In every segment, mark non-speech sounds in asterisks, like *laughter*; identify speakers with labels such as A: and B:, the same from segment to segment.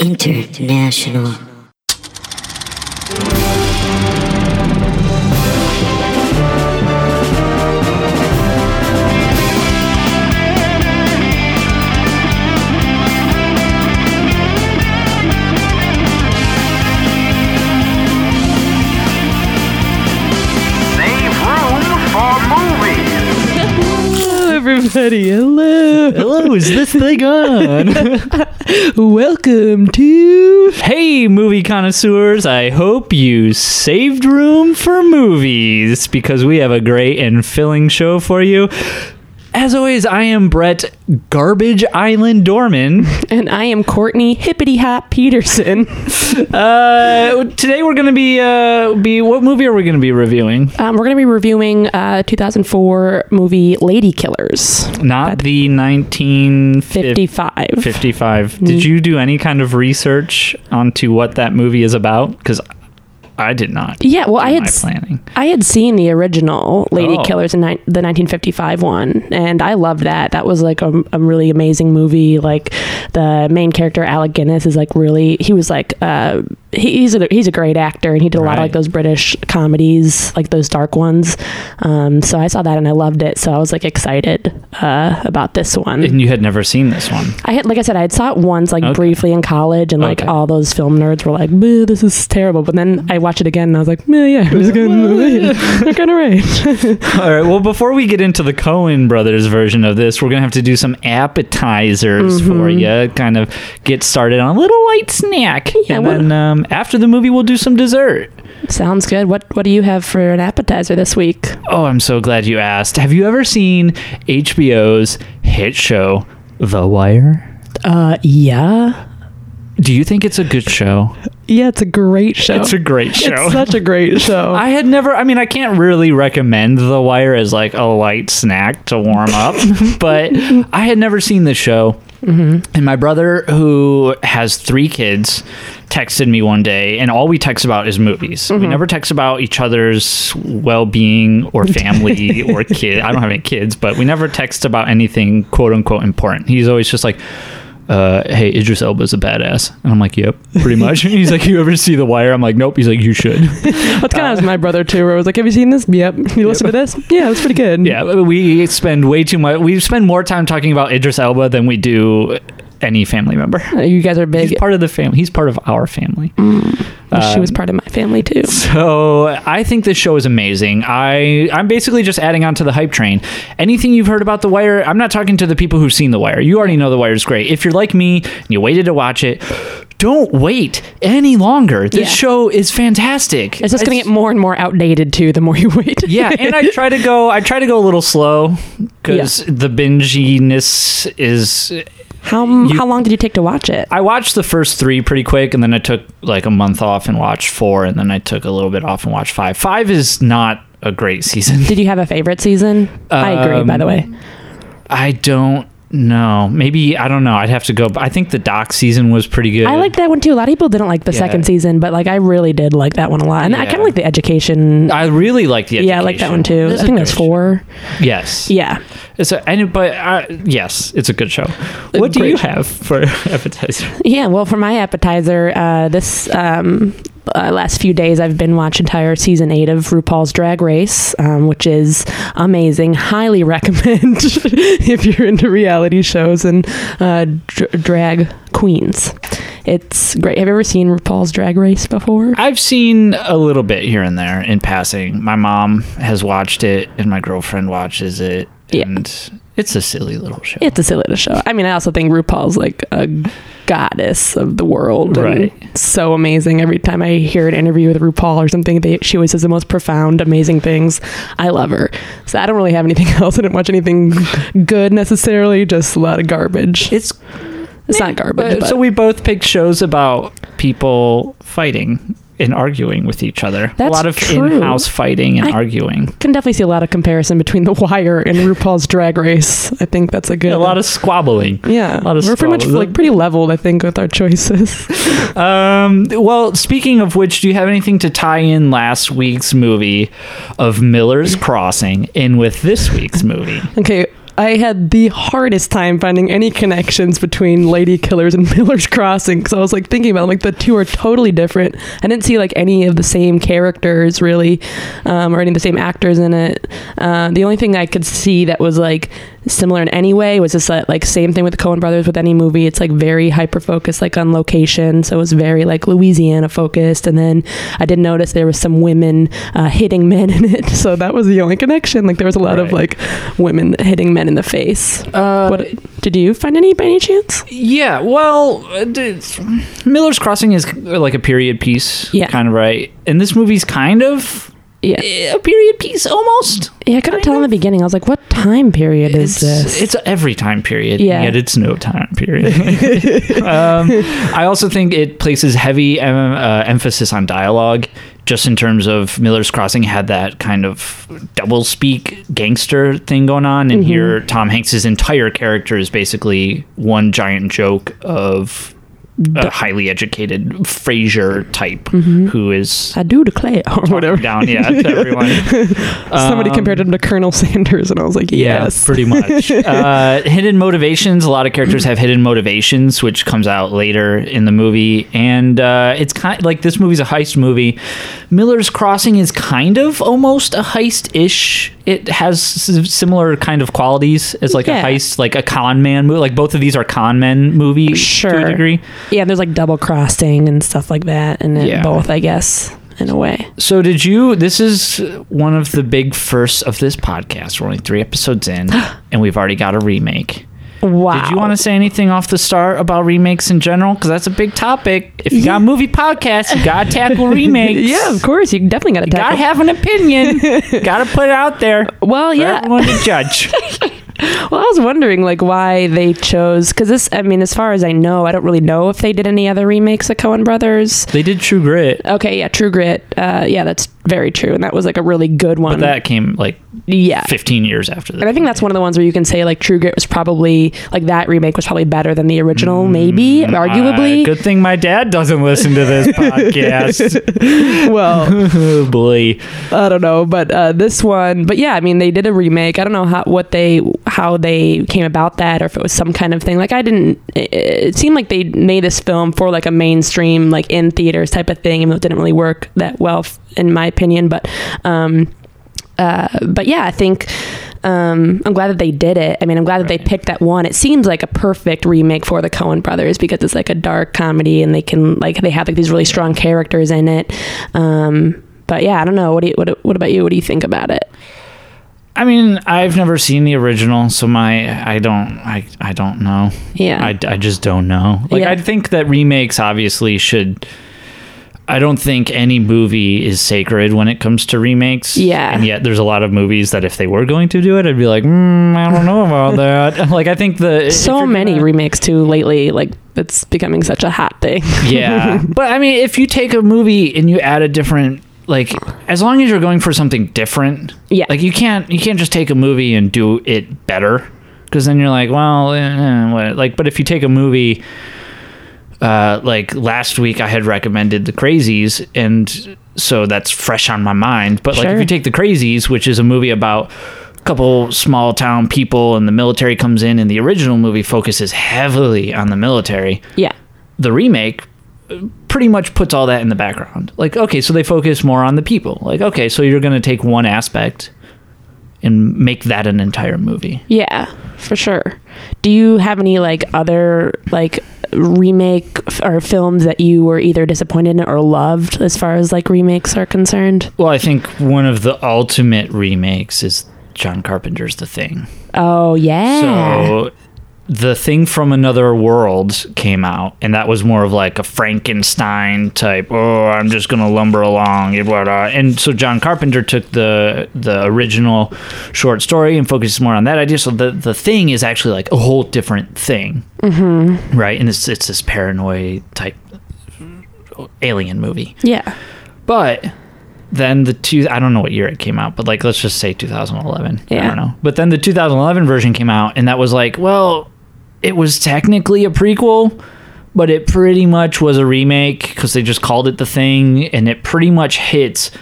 A: International.
B: Save room for movies.
C: everybody. Hello.
D: Hello, is this thing on?
C: Welcome to Hey Movie Connoisseurs. I hope you saved room for movies because we have a great and filling show for you. As always, I am Brett Garbage Island Dorman.
E: And I am Courtney Hippity Hop Peterson.
C: Uh, today we're gonna be uh, be what movie are we gonna be reviewing?
E: Um, we're going to be reviewing uh, 2004 movie Lady Killers
C: Not the nineteen fifty
E: 55.
C: fifty-five. Did you do any kind of research onto what that movie is about? Because I did not.
E: Yeah, well, I
C: in
E: had
C: my
E: s-
C: planning.
E: I had seen the original Lady
C: Oh.
E: Killers in ni- the 1955 one, and I loved that. That was like a, a really amazing movie. Like the main character Alec Guinness is like really he was like uh, he, he's a he's a great actor, and he did a lot of
C: Right.
E: like those British comedies, like those dark ones. Um, so I saw that and I loved it. So I was like excited uh, about this one.
C: And you had never seen this one.
E: I had, like I said, I had saw it once, like
C: Okay.
E: briefly in college, and like
C: Okay.
E: all those film nerds were like, "Bleh, "This is terrible." But then I watched it again, and I was like, "Meh, "Yeah, it was a good
C: *laughs*
E: movie. kind of *laughs* right."
C: All right. Well, before we get into the Cohen brothers version of this, we're gonna have to do some appetizers
E: Mm-hmm.
C: for you. Kind of get started on a little light snack,
E: Yeah,
C: and
E: what-
C: then um, after the movie, we'll do some dessert.
E: Sounds good. What What do you have for an appetizer this week?
C: Oh, I'm so glad you asked. Have you ever seen HBO's hit show, The Wire?
E: Uh, yeah,
C: Do you think it's a good show?
E: yeah, it's a great show.
C: It's a great show.
E: It's such a *laughs* great show.
C: I had never. I mean, I can't really recommend The Wire as like a light snack to warm up, but I had never seen the show. And my brother, who has three kids, texted me one day, and all we text about is movies. We never text about each other's well-being or family or kid. I don't have any kids, but we never text about anything "quote unquote" important. He's always just like. Uh, hey, Idris Elba's a badass, and I'm like, yep, pretty much. *laughs* And he's like, you ever see The Wire? I'm like, nope. He's like, you should.
E: That's kind of my brother too. Where I was like, "Have you seen this? Yep. You listen to this? Yeah, it's pretty good."
C: Yeah, we spend way too much. We spend more time talking about Idris Elba than we do any family member.
E: Uh, you guys are
C: He's
E: big.
C: part of the family. He's part of our family.
E: she was part um, of my family too.
C: So I think this show is amazing. I I'm basically just adding on to the hype train. Anything you've heard about The Wire, I'm not talking to the people who've seen The Wire. You already know The Wire is great. If you're like me and you waited to watch it, don't wait any longer. This
E: Yeah.
C: show is fantastic.
E: It's just going to get more and more outdated too. The more you wait.
C: *laughs* yeah and i try to go i try to go a little slow because the binginess is
E: *laughs* How How long did you take to watch it?
C: i watched the first three pretty quick and then i took like a month off and watched four and then i took a little bit off and watched five five is not a great season *laughs*
E: Did you have a favorite season? I agree, by the way.
C: i don't know maybe i don't know i'd have to go i think the doc season was pretty good
E: I liked that one too. A lot of people didn't like the
C: Yeah.
E: second season, but like I really did like that one a lot. And I
C: Yeah.
E: kind of like the education.
C: i really like the education.
E: yeah, I like that one too.
C: It's
E: I
C: a
E: think
C: good
E: that's
C: show.
E: four.
C: yes
E: Yeah.
C: it's a, and, but uh, yes it's a good show what do
E: great
C: you
E: show.
C: have for *laughs* appetizer
E: Yeah. Well, for my appetizer, uh, this um, uh, last few days I've been watching entire season eight of RuPaul's Drag Race, um, which is amazing. Highly *laughs* recommend if you're into reality shows and uh, dr- drag queens. It's great. Have you ever seen RuPaul's Drag Race before?
C: I've seen a little bit here and there in passing. My mom has watched it, and my girlfriend watches it,
E: Yeah.
C: and it's a silly little show.
E: It's a silly little show. I mean, I also think RuPaul's like a goddess of the world. and
C: Right.
E: So amazing. Every time I hear an interview with RuPaul or something, they, she always says the most profound, amazing things. I love her. So I don't really have anything *laughs* else. I didn't watch anything good necessarily, just a lot of garbage.
C: It's
E: It's not garbage. But
C: so we both picked shows about people fighting and arguing with each other. a
E: That's
C: lot of
E: true.
C: in-house fighting and
E: I-
C: arguing.
E: can definitely see a lot of comparison between The Wire and RuPaul's Drag Race. I think that's a good.
C: A lot of squabbling.
E: yeah,
C: a lot of
E: we're pretty much
C: squabbles.
E: like pretty leveled, I think, with our choices.
C: Um, well, speaking of which, do you have anything to tie in last week's movie of Miller's Crossing in with this week's movie?
E: Okay, I had the hardest time finding any connections between Lady Killers and *laughs* Miller's Crossing because I was like thinking about it, like the two are totally different. I didn't see like any of the same characters really, um, or any of the same actors in it. Uh, the only thing I could see that was like similar in any way was just that like same thing with the Coen Brothers with any movie. It's like very hyper focused like on location, so it was very like Louisiana focused. And then I did notice there was some women uh, hitting men in it, *laughs* so that was the only connection. Like there was a lot of like
C: Right.
E: women hitting men in the face.
C: Uh,
E: what, did you find any by any chance?
C: Yeah, well, uh, d- Miller's Crossing is uh, like a period piece,
E: Yeah.
C: kind of right. And this movie's kind of
E: Yeah,
C: eh, a period piece almost.
E: yeah. I couldn't
C: kind
E: tell in the
C: of.
E: beginning. I was like, what time period is
C: It's
E: this?
C: it's every time period.
E: Yeah.
C: yet it's no time
E: *laughs*
C: period. um, I also think it places heavy em- uh, emphasis on dialogue. Just in terms of Miller's Crossing had that kind of double speak gangster thing going on,
E: Mm-hmm.
C: and here Tom Hanks's entire character is basically one giant joke of a highly educated Frasier type who is
E: I do declare or Mm-hmm. whatever.
C: down yeah to everyone.
E: *laughs* Somebody
C: Um,
E: compared him to Colonel *laughs* Sanders, and I was like,
C: Yeah,
E: yes.
C: pretty
E: *laughs*
C: much. uh, hidden motivations. A lot of characters have hidden motivations, which comes out later in the movie. And uh, it's kind like this movie's a heist movie. Miller's Crossing is kind of almost a heist ish. It has s- similar kind of qualities as like
E: Yeah.
C: a heist, like a con man movie. Like both of these are con men movie to
E: Sure.
C: a degree.
E: Yeah, there's like double crossing and stuff like that, and then
C: Yeah.
E: both, I guess, in a way.
C: So did you? This is one of the big firsts of this podcast. We're only three episodes
E: *gasps*
C: in, and we've already got a remake.
E: Wow.
C: Did you want to say anything off the start about remakes in general? Because that's a big topic. If you got a movie podcast, you gotta *laughs* tackle remakes.
E: Yeah, of course. You definitely got to
C: Gotta
E: tackle.
C: have an *laughs* opinion. gotta put it out there.
E: well,
C: for
E: yeah.
C: everyone to judge.
E: Well, I was wondering like why they chose because this. I mean, as far as I know, I don't really know if they did any other remakes of Coen Brothers.
C: *laughs* they did True Grit.
E: Okay, yeah, True Grit. Uh, yeah, that's very true, and that was like a really good one.
C: But that came like
E: yeah,
C: 15 years after that.
E: And I think that's one of the ones where you can say like True Grit was probably like that remake was probably better than the original,
C: Mm,
E: maybe arguably.
C: Uh,
E: *laughs*
C: good thing my dad doesn't listen to *laughs* this *laughs* podcast.
E: Well,
C: oh boy.
E: *laughs* I don't know, but uh, this one, but yeah, I mean they did a remake. I don't know how what they how they came about that or if it was some kind of thing. Like I didn't. It, it seemed like they made this film for like a mainstream like in theaters type of thing, even though it didn't really work that well f- in my opinion. But um, uh, but yeah, I think um, I'm glad that they did it. I mean, I'm glad that they picked that one. It seems like a perfect remake for the Coen Brothers because it's like a dark comedy, and they can like they have like these really strong characters in it. Um, but yeah, I don't know. What do you, what, what about you? What do you think about it?
C: I mean, I've never seen the original, so my I don't I I don't know.
E: Yeah,
C: I, I just don't know. Like,
E: Yeah.
C: I think that remakes obviously should. I don't think any movie is sacred when it comes to remakes.
E: Yeah.
C: And yet, there's a lot of movies that if they were going to do it, I'd be like, mm, I don't know about that. *laughs* like, I think the. if
E: so
C: you're
E: many
C: gonna-
E: remakes too lately. Like it's becoming such a hot thing. *laughs*
C: yeah. *laughs* But I mean, if you take a movie and you add a different. Like as long as you're going for something different,
E: Yeah.
C: Like you can't you can't just take a movie and do it better because then you're like, well, eh, eh, what? like. But if you take a movie uh, like last week I had recommended The Crazies and so that's fresh on my mind. But like
E: Sure.
C: if you take The Crazies, which is a movie about a couple small town people and the military comes in and the original movie focuses heavily on the military,
E: yeah,
C: the remake uh, pretty much puts all that in the background. Like okay, so they focus more on the people. Like okay, so you're going to take one aspect and make that an entire movie.
E: yeah, for sure. Do you have any like other like remake f- or films that you were either disappointed in or loved as far as like remakes are concerned?
C: Well, I think one of the ultimate remakes is John Carpenter's The Thing.
E: Oh yeah.
C: So the thing from another world came out, and that was more of like a Frankenstein type. Oh, I'm just gonna lumber along, eh, blah, blah." and so John Carpenter took the the original short story and focused more on that idea. So the the thing is actually like a whole different thing, mm-hmm. right? And it's it's this paranoid type alien movie,
E: yeah.
C: but. Then the two, I don't know what year it came out, but like, let's just say 2011. I
E: Yeah.
C: don't know. But then the 2011 version came out, and that was like, well, it was technically a prequel, but it pretty much was a remake because they just called it the thing, and it pretty much hits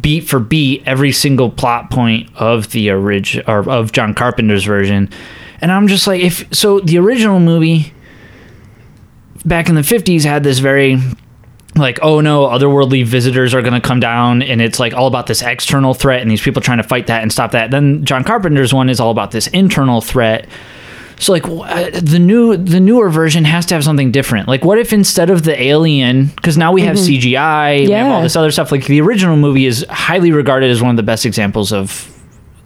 C: beat for beat every single plot point of the original or of John Carpenter's version. And I'm just like, if so, the original movie back in the 50s had this very like oh no otherworldly visitors are going to come down and it's like all about this external threat and these people trying to fight that and stop that then john carpenter's one is all about this internal threat so like wh- uh, the new the newer version has to have something different like what if instead of the alien because now we have cgi we have all
E: Yeah.
C: this other stuff like the original movie is highly regarded as one of the best examples of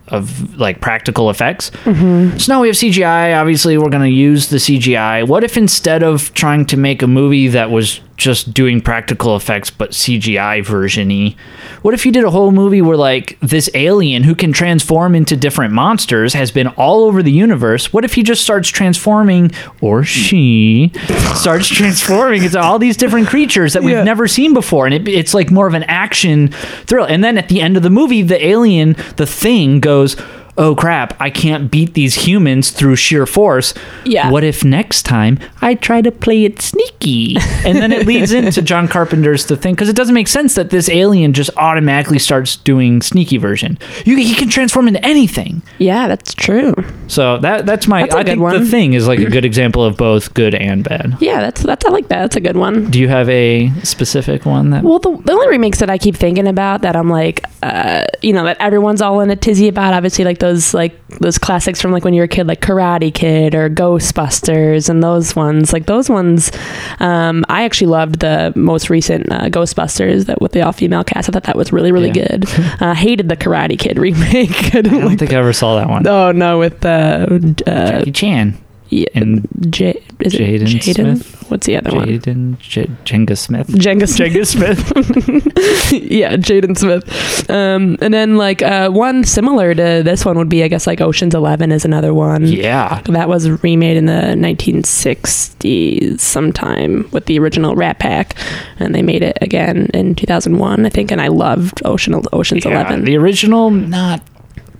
C: of like practical effects. So now we have CGI. Obviously, we're going to use the CGI. What if instead of trying to make a movie that was just doing practical effects but CGI version y, what if you did a whole movie where like this alien who can transform into different monsters has been all over the universe? What if he just starts transforming or she starts transforming into all these different creatures that we've
E: Yeah.
C: never never seen before, and it, it's like more of an action thrill. And then at the end of the movie, the alien, the thing, goes, "Oh crap! I can't beat these humans through sheer force.
E: Yeah.
C: What if next time I try to play it sneaky?" And then it
E: *laughs*
C: leads into John Carpenter's The Thing because it doesn't make sense that this alien just automatically starts doing sneaky version. You, he can transform into anything.
E: Yeah, that's true.
C: So that that's my.
E: That's a
C: I
E: good
C: think
E: one.
C: The Thing is like a
E: *clears throat*
C: good example of both good and bad.
E: Yeah, that's that's I like that. That's a good one.
C: Do you have a specific one that?
E: Well, the, the only remakes that I keep thinking about that I'm like, uh, you know, that everyone's all in a tizzy about, obviously, like those like those classics from like when you were a kid, like Karate Kid or Ghostbusters and those ones. Like those ones, um, I actually loved the most recent uh, Ghostbusters that with the all female cast. I thought that was really really
C: Yeah.
E: good. *laughs* Uh, hated the Karate Kid *laughs* remake. I didn't
C: I don't
E: like.
C: think I ever saw that one.
E: Oh no, with uh, uh,
C: Jackie Chan
E: yeah,
C: and
E: J- is it
C: Jaden
E: Jaden?
C: Smith?
E: What's the other one?
C: Jaden J- Jenga Smith.
E: Jenga Jenga Smith. *laughs* yeah, Jaden Smith. Um, and then like uh, one similar to this one would be I guess like Ocean's Eleven is another one.
C: Yeah.
E: That was remade in the 1960s sometime with the original Rat Pack, and they made it again in 2001, I think. And I loved Ocean Ocean's Eleven.
C: The original, not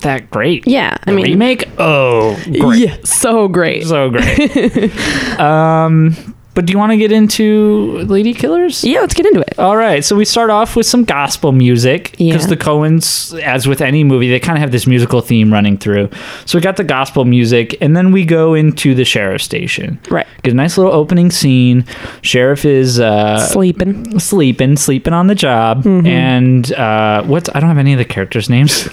C: that great.
E: yeah, I
C: The
E: mean,
C: remake, oh, great.
E: yeah, so great.
C: So great.
E: *laughs*
C: um, but do you want to get into Lady Killers?
E: yeah, let's get into it.
C: All right, so we start off with some gospel music
E: Yeah.
C: because the Coens, as with any movie, they kind of have this musical theme running through. So we got the gospel music, and then we go into the sheriff's station.
E: Right,
C: Get a nice little opening scene. Sheriff is uh,
E: sleeping.
C: sleeping, sleeping on the job,
E: Mm-hmm.
C: and uh, what's I don't have any of the characters'
E: *laughs*
C: names. *laughs*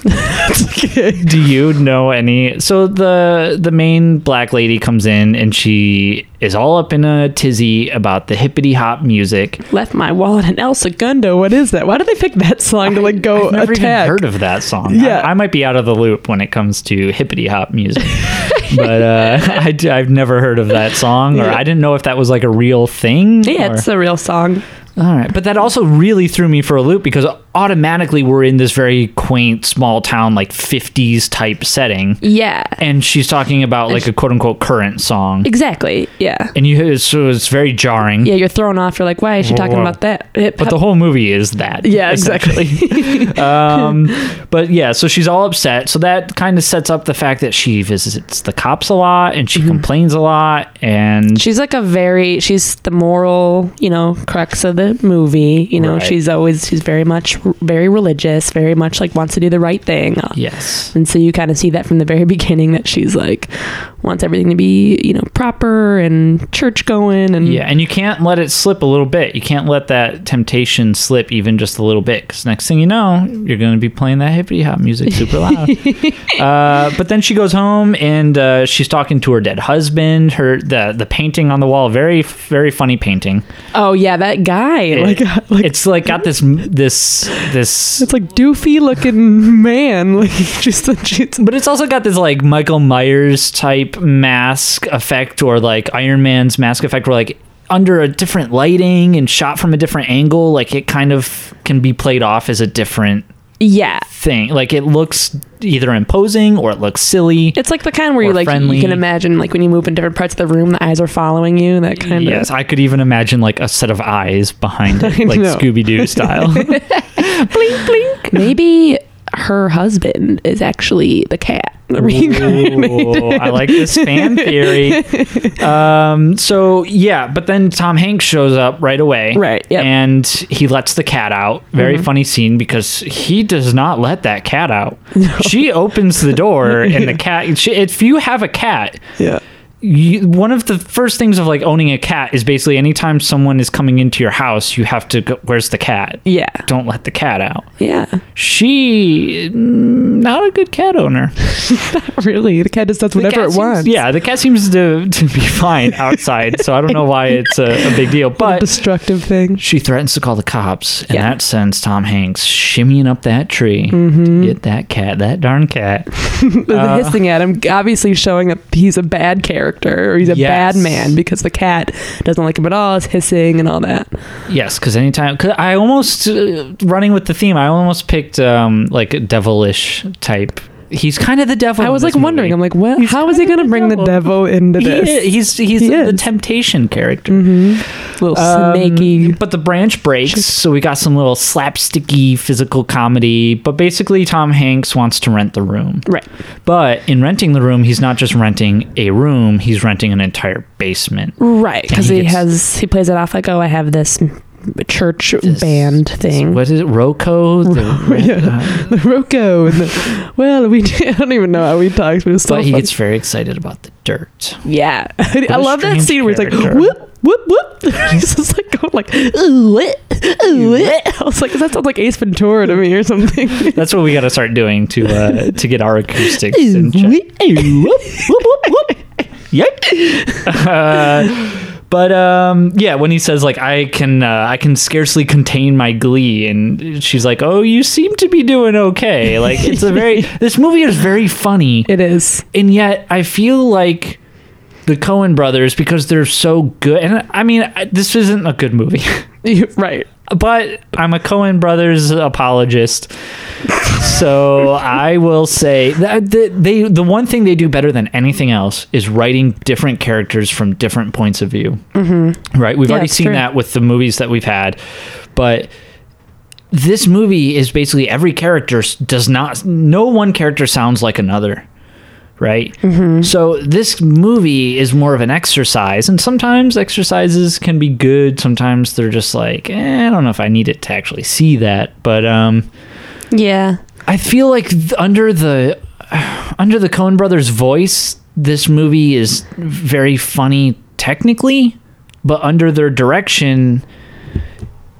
C: Do you know any? So the the main black lady comes in and she is all up in a tizzy about the hippity hop music.
E: Left my wallet in El Segundo. What is that? Why did they pick that song to like go
C: I've never
E: attack?
C: even heard of that song.
E: Yeah.
C: I, I might be out of the loop when it comes to hippity hop
E: *laughs*
C: music, but uh, *laughs* I, have never heard of that song, or
E: Yeah.
C: I didn't know if that was like a real thing.
E: yeah,
C: or-
E: it's a real song.
C: All right, but that also really threw me for a loop because automatically we're in this very quaint small town like 50s type setting
E: Yeah.
C: and she's talking about like a quote unquote current song.
E: Exactly. Yeah.
C: And you so it's very jarring.
E: Yeah, you're thrown off. You're like, why is she talking
C: Whoa.
E: about that? Hip
C: But the
E: hop-
C: whole movie is that.
E: yeah, exactly.
C: um, but yeah, so she's all upset. So that kind of sets up the fact that she visits the cops a lot and she complains a lot and
E: she's like a very she's the moral, you know, crux of the movie. You know,
C: Right.
E: she's always she's very much very religious, very much like wants to do the right thing.
C: yes.
E: And so you kind of see that from the very *laughs* beginning that she's like wants everything to be, you know, proper and church going and
C: Yeah, and you can't let it slip a little bit. You can't let that temptation slip even just a little bit, because next thing you know, you're going to be playing that hippity hop music super loud.
E: *laughs*
C: uh, but then she goes home and uh, she's talking to her dead husband. Her the the painting on the wall, very very funny painting.
E: Oh yeah, that guy. like *laughs* like
C: it's like got this this this.
E: it's like doofy looking man. *laughs* Like just she's
C: But it's also got this like Michael Myers type mask effect, or like Iron Man's mask effect, where like under a different lighting and shot from a different angle, like it kind of can be played off as a different
E: Yeah.
C: thing. Like it looks either imposing or it looks silly.
E: It's like the kind where
C: Or
E: you like
C: friendly.
E: you can imagine like when you move in different parts of the room, the eyes are following you. That kind
C: yes,
E: of
C: I could even imagine like a set of eyes behind it,
E: *laughs* I
C: like
E: know. *laughs*
C: Scooby Doo style.
E: blink blink. Maybe her husband is actually the cat.
C: Ooh, I like this fan
E: *laughs*
C: theory. Um, so yeah, but then Tom Hanks shows up right away,
E: Right, yep. Mm-hmm.
C: And he lets the cat out. Very funny scene because he does not let that cat out. She opens the
E: *laughs*
C: door, and the cat. She, if you have a cat,
E: Yeah.
C: you, one of the first things of like owning a cat is basically anytime someone is coming into your house, you have to go. Where's the cat?
E: *laughs* Yeah.
C: Don't let the cat out.
E: Yeah.
C: She mm, not a good cat owner.
E: Really? The cat just does
C: The
E: whatever
C: cat
E: it
C: seems-
E: wants.
C: Yeah, the cat seems to, to be fine outside, so I don't know why it's a, a big deal.
E: What a
C: But
E: destructive thing.
C: she threatens to call the cops, and
E: Yeah.
C: that sends Tom Hanks shimmying up that tree
E: Mm-hmm.
C: to get that cat, that darn cat.
E: The hissing at him, obviously showing that he's a bad character or he's a
C: Yes.
E: bad man because the cat doesn't like him at all. It's hissing and all that.
C: Yes, because anytime, cause I almost uh, running with the theme. I almost picked um like a devilish type. He's kind of the devil.
E: I
C: in
E: was
C: this
E: like wondering,
C: movie.
E: I'm like, well, how is he
C: kind
E: going
C: of the
E: to bring the
C: devil.
E: devil into
C: He
E: this?
C: is- he's he's
E: He
C: the,
E: is.
C: temptation character.
E: little
C: Um,
E: snaky.
C: But the branch breaks, so we got some little slapsticky physical comedy. But basically, Tom Hanks wants to rent the room.
E: Right.
C: But in renting the room, he's not just renting a room; he's renting an entire basement.
E: Right. Because
C: he
E: he,
C: gets-
E: has, he plays it off like, oh, I have this m- church band thing.
C: What is it, Roco? The-
E: *laughs* yeah. The Rocco and the, well, we, *laughs* I don't even know how we talked, but it's so
C: but he
E: funny.
C: gets very excited about the dirt.
E: Yeah,
C: a
E: *laughs* I love that
C: strange
E: scene where it's like
C: character.
E: whoop whoop whoop. *laughs* He's just like going like ooh what ooh what. *laughs* I was like, that sounds like Ace Ventura to me
C: *laughs*
E: or something.
C: That's what we got to start doing to uh, to get our acoustics in check.
E: Right. *laughs*
C: Yep. Uh, but um, yeah, when he says like I can uh, I can scarcely contain my glee, and she's like, "Oh, you seem to be doing okay." Like it's a
E: *laughs*
C: very this movie is very funny,
E: It is.
C: and yet I feel like the Cohen brothers because they're so good. And I mean, I, this isn't a good movie, *laughs*
E: Right.
C: but I'm a Cohen brothers apologist. So I will say that the, they the one thing they do better than anything else is writing different characters from different points of view. Mm-hmm. Right? We've
E: Yeah,
C: already
E: it's
C: seen
E: true.
C: that with the movies that we've had, but this movie is basically every character s- does not no one character sounds like another right?
E: Mm-hmm.
C: So this movie is more of an exercise, and sometimes exercises can be good. Sometimes they're just like, eh, I don't know if I need it to actually see that, but um,
E: Yeah.
C: I feel like th- under the *sighs* under the Coen Brothers' voice, this movie is very funny technically, but under their direction,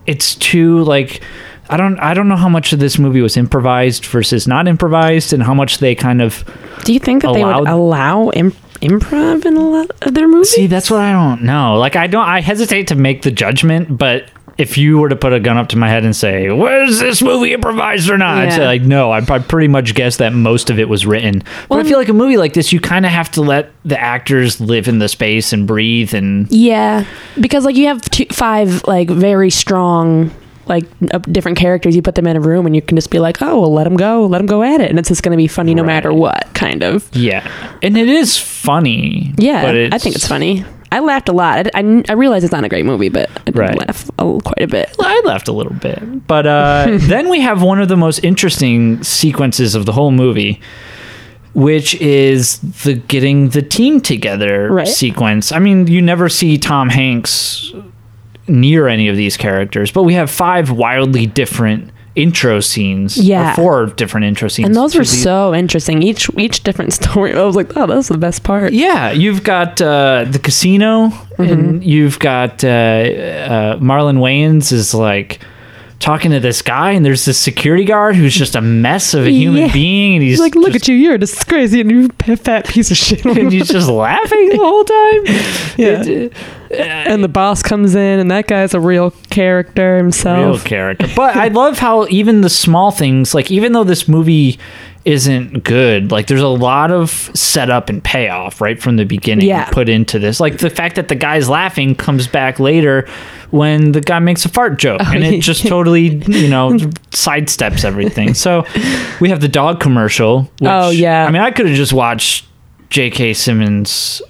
C: it's too like. I don't. I don't know how much of this movie was improvised versus not improvised, and how much they kind of
E: Do you think that they would
C: Allowed-
E: allow imp- improv in a lot of their movies?
C: See, that's what I don't know. Like, I don't. I hesitate to make the judgment, but if you were to put a gun up to my head and say, "Was this movie improvised or not?" I'd say,
E: Yeah.
C: like, no. I would pretty much guess that most of it was written. But I
E: Well,
C: feel like a movie like this, you kind of have to let the actors live in the space and breathe. And
E: Yeah, because like you have two, five like very strong like uh, different characters. You put them in a room and you can just be like, oh, well, let them go, let them go at it, and it's just going to be funny no matter
C: Right.
E: what, kind of.
C: yeah, and it is funny.
E: Yeah,
C: but
E: I think it's funny. I laughed a lot. I, I, I realize it's not a great movie, but I did
C: Right.
E: laugh a, quite a bit.
C: I laughed a little bit. But
E: *laughs*
C: uh, then we have one of the most interesting sequences of the whole movie, which is the getting the team together
E: Right.
C: sequence. I mean, you never see Tom Hanks near any of these characters, but we have five wildly different intro scenes. or
E: Yeah.
C: four different intro scenes.
E: And those
C: to
E: were
C: the-
E: so interesting. Each each different *laughs* story. I was like, oh, that's the best part.
C: Yeah, you've got uh, the casino,
E: Mm-hmm.
C: and you've got uh, uh, Marlon Wayans is like talking to this guy, and there's this security guard who's just a mess of a human
E: Yeah.
C: being, and he's,
E: He's like, look
C: just,
E: at you, you're just crazy and you p- fat piece of shit.
C: *laughs* and he's
E: *laughs*
C: just laughing the whole time.
E: Yeah.
C: It-
E: and the boss comes in, and that guy's a real character
C: real
E: himself.
C: character. But I love how even the small things, like even though this movie isn't good, like there's a lot of setup and payoff right from the beginning
E: Yeah.
C: put into this. Like the fact that the guy's laughing comes back later when the guy makes a fart joke and it
E: Oh, yeah.
C: just totally, you know, sidesteps everything. So we have the dog commercial. Which,
E: Oh, yeah.
C: I mean, I could have just watched J.K. Simmons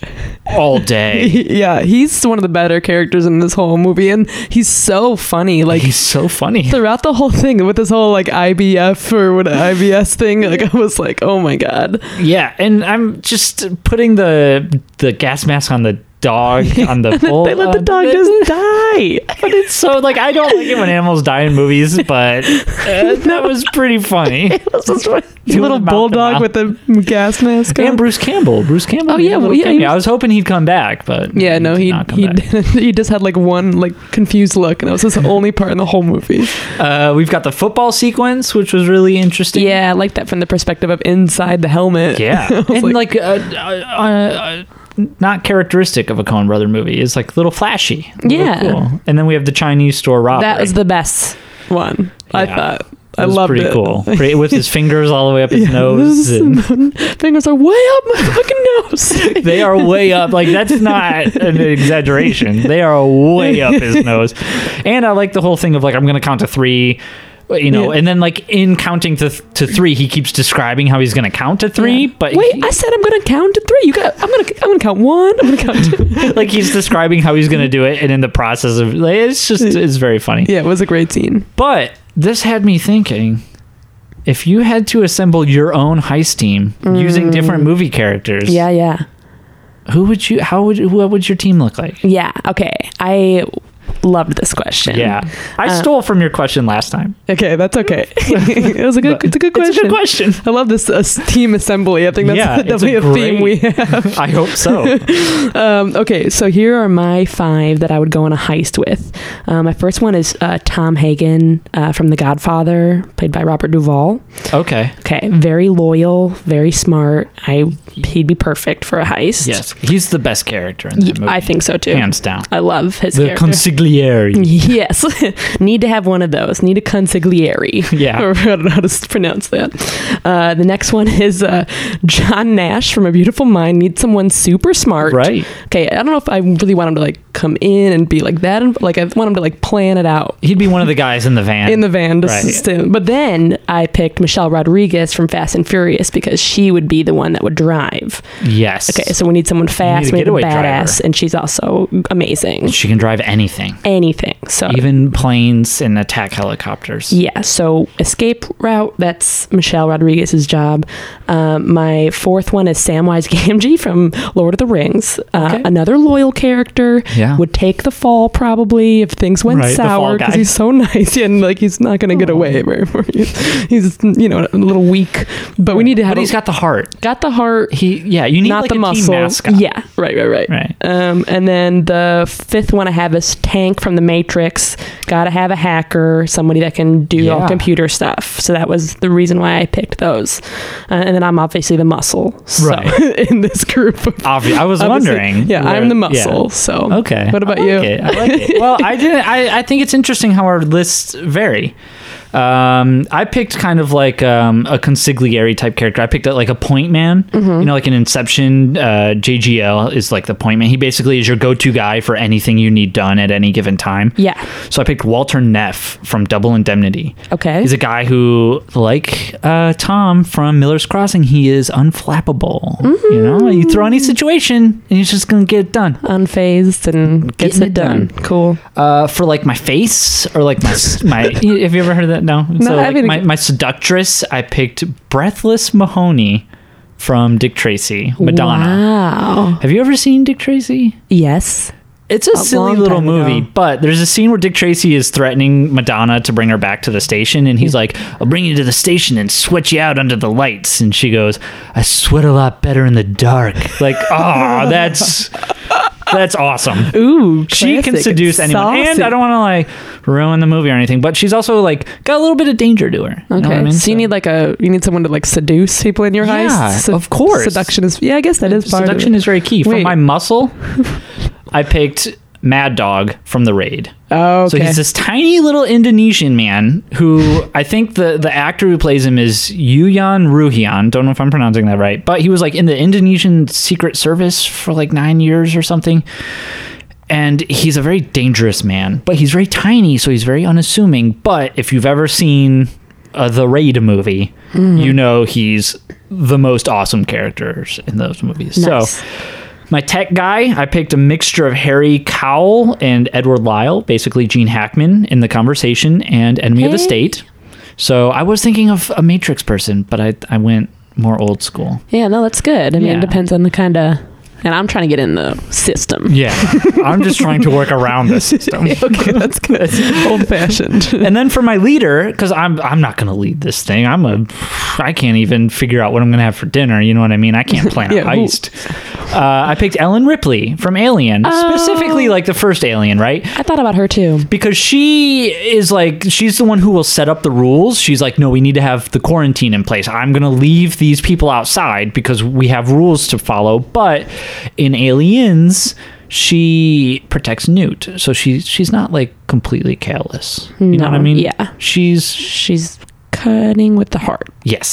C: all day.
E: yeah, he's one of the better characters in this whole movie, and he's so funny. *laughs*
C: *laughs*
E: Like
C: He's so funny.
E: throughout the whole thing with this whole like IBF or what IBS thing, like I was like, oh my god,
C: Yeah, and I'm just putting the the gas mask on the dog
E: *laughs*
C: on the bull.
E: they let the
C: uh,
E: dog just die.
C: But *laughs* it's so like I don't like it when animals die in movies, but uh, that was pretty funny.
E: *laughs* This is what-
C: Doing
E: little
C: mouth to
E: bulldog
C: mouth.
E: with the gas mask. on.
C: And Bruce Campbell. Bruce Campbell.
E: Oh,
C: did a
E: yeah,
C: little
E: well, yeah, he
C: cameo.
E: was-
C: I was hoping he'd come back, but
E: Yeah, no,
C: did
E: he
C: not come
E: he
C: back.
E: *laughs* he just had like one like confused look, and that
C: *laughs*
E: was his only part in the whole movie.
C: Uh, we've got the football sequence, which was really interesting.
E: Yeah, I like that from the perspective of inside the *laughs* helmet.
C: yeah,
E: was
C: and like, uh, uh, uh, uh, not characteristic of a Coen Brother movie. It's like a little flashy. a little
E: Yeah.
C: cool. and then we have the Chinese store robbery.
E: that was the best one. I
C: Yeah.
E: thought
C: That
E: I
C: was
E: loved
C: pretty
E: it. *laughs*
C: cool. Pretty- with his fingers all the way up his nose. and-
E: Fingers are way up my fucking
C: *laughs*
E: nose.
C: they are way up. Like that's not an exaggeration. They are way up
E: *laughs*
C: his nose. And I like the whole thing of like I'm going to count to 3, you know,
E: Yeah.
C: and then like in counting to th- to 3, he keeps describing how he's going to count to 3, but
E: *laughs* Wait,
C: he-
E: I said I'm gonna count to three. You got. I'm gonna. I'm gonna count one. I'm gonna
C: *laughs*
E: count two.
C: like he's describing how he's going to do it and in the process of like, it's just it's very funny.
E: yeah, it was a great scene.
C: But this had me thinking if you had to assemble your own heist team using different movie characters,
E: Mm. yeah,
C: who would you how would what would your team look like?
E: yeah. Okay, I loved this question.
C: Yeah. I
E: Uh,
C: stole from your question last time.
E: Okay, that's
C: *laughs*
E: okay. *laughs* it was a good. It's a good question.
C: It's a good question.
E: I love this uh, team assembly. I think that's *laughs*
C: Yeah, it's
E: definitely
C: a
E: a,
C: *laughs*
E: theme we *laughs* have.
C: I hope so.
E: Um, okay, so here are my five that I would go on a heist with. Um, my first one is uh, Tom Hagen uh, from The Godfather, played by Robert Duvall.
C: Okay.
E: Okay, very loyal, very smart. I he'd be perfect for a heist.
C: Yes. He's the best character in
E: Y-
C: that movie.
E: I think so too.
C: Hands down.
E: I love his
C: The
E: character.
C: consigliere.
E: *laughs* Yes, *laughs* need to have one of those. Need a consigliere.
C: Yeah.
E: Or I don't know how to s- pronounce that. Uh, the next one is uh, John Nash from A Beautiful Mind. Needs someone super smart.
C: Right.
E: Okay, I don't know if I really want him to like come in and be like that. And, like I want him to like plan it out
C: He'd be one of the guys in the van.
E: in the van. To
C: Right.
E: st- but then I picked Michelle Rodriguez from Fast and Furious because she would be the one that would drive.
C: yes.
E: Okay, so we need someone fast,
C: a
E: we need a
C: getaway
E: badass,
C: driver.
E: and she's also amazing.
C: she can drive anything,
E: Anything. So
C: even planes and attack helicopters.
E: Yeah, so escape route, that's Michelle Rodriguez's job. Um, my fourth one is Samwise *laughs* Gamgee from Lord of the Rings. Uh,
C: Okay.
E: Another loyal character.
C: Yeah.
E: Would take the fall probably if things went
C: Right, the fall
E: sour
C: guy.
E: because
C: *laughs*
E: he's so *laughs* nice and like he's not going to get away. very far. *laughs* he's, you know, a little weak, but we need to have.
C: But he's
E: a-
C: got the heart.
E: got the heart.
C: He yeah, you need
E: not
C: like
E: the
C: a
E: muscle.
C: team mascot.
E: Yeah, right, right, right.
C: Right.
E: Um, and then the fifth one I have is Tank from The Matrix. Got to have a hacker, somebody that can do
C: Yeah.
E: all computer stuff. So that was the reason why I picked those. Uh, and then I'm obviously the muscle. So
C: Right.
E: *laughs* in this group, of,
C: Obvi- I was
E: *laughs* obviously-
C: wondering.
E: Yeah,
C: where-
E: I'm
C: yeah.
E: the muscle. So
C: Okay.
E: What about
C: I like
E: you?
C: it. I like it. Well, I didn't. I, I think it's interesting how our lists vary. Um, I picked kind of like um, a consigliere type character. I picked out like a point man.
E: Mm-hmm.
C: You know, like an Inception. Uh, JGL is like the point man. He basically is your go-to guy for anything you need done at any given time.
E: Yeah.
C: So I picked Walter Neff from Double Indemnity.
E: Okay.
C: He's a guy who, like uh, Tom from Miller's Crossing, he is unflappable.
E: Mm-hmm.
C: You know, you throw any situation and he's just gonna get it done.
E: Unfazed and gets
C: Getting
E: it
C: it
E: done.
C: done.
E: Cool.
C: Uh, for like my face or like my my.
E: *laughs*
C: you- Have you ever heard of that? No. so
E: I
C: like
E: haven't. e-,
C: my, my seductress, I picked Breathless Mahoney from Dick Tracy, Madonna.
E: Wow.
C: Have you ever seen Dick Tracy?
E: Yes.
C: It's a,
E: A
C: silly
E: long
C: little
E: time
C: movie,
E: ago.
C: but there's a scene where Dick Tracy is threatening Madonna to bring her back to the station, and he's like, I'll bring you to the station and sweat you out under the lights. And she goes, I sweat a lot better in the dark.
E: *laughs*
C: Like, oh, that's. That's awesome.
E: Ooh,
C: She can
E: classic.
C: seduce anyone, and
E: Saucy.
C: I don't want to like ruin the movie or anything. But she's also like got a little bit of danger to her. You know
E: Okay,
C: what I mean?
E: so you
C: So-
E: need like a you need someone to like seduce people in your
C: Yeah,
E: heist.
C: of course.
E: seduction is. Yeah, I guess that is part
C: Seduction
E: of it.
C: is very key. For
E: Wait.
C: my
E: *laughs*
C: muscle, I picked Mad Dog from The Raid.
E: Oh,
C: So
E: okay. *laughs*
C: he's this tiny little Indonesian man who I think the the actor who plays him is Yuyan Ruhian. Don't know if I'm pronouncing that right, but he was like in the Indonesian Secret Service for like nine years or something. And he's a very dangerous man, but he's very tiny, so he's very unassuming. But if you've ever seen uh, the Raid movie,
E: Mm-hmm.
C: you know he's the most awesome characters in those movies.
E: Nice.
C: So my tech guy, I picked a mixture of Harry Cowell and Edward Lyle, basically Gene Hackman in The Conversation and Enemy of the
E: Hey.
C: State. So I was thinking of a Matrix person, but I, I went more old school.
E: Yeah, no, that's good. I mean,
C: Yeah.
E: it depends on the kind of. And I'm trying to get in the system.
C: Yeah. *laughs* I'm just trying to work around this system.
A: okay, that's good.
C: *laughs*
A: Old fashioned.
C: and then for my leader, because I'm I'm not gonna lead this thing. I'm a I can't even figure out what I'm gonna have for dinner. You know what I mean? I
A: *laughs*
C: can't plan
A: Yeah,
C: a
A: who-
C: heist. Uh, I picked Ellen Ripley from Alien,
A: Oh.
C: specifically like the first Alien, right?
E: I thought about her too.
C: because she is like she's the one who will set up the rules she's like no we need to have the quarantine in place i'm going to leave these people outside because we have rules to follow but in aliens she protects newt so she she's not like completely careless you know what i
E: No,
C: mean
E: yeah.
C: she's
E: She's cutting with the heart.
C: yes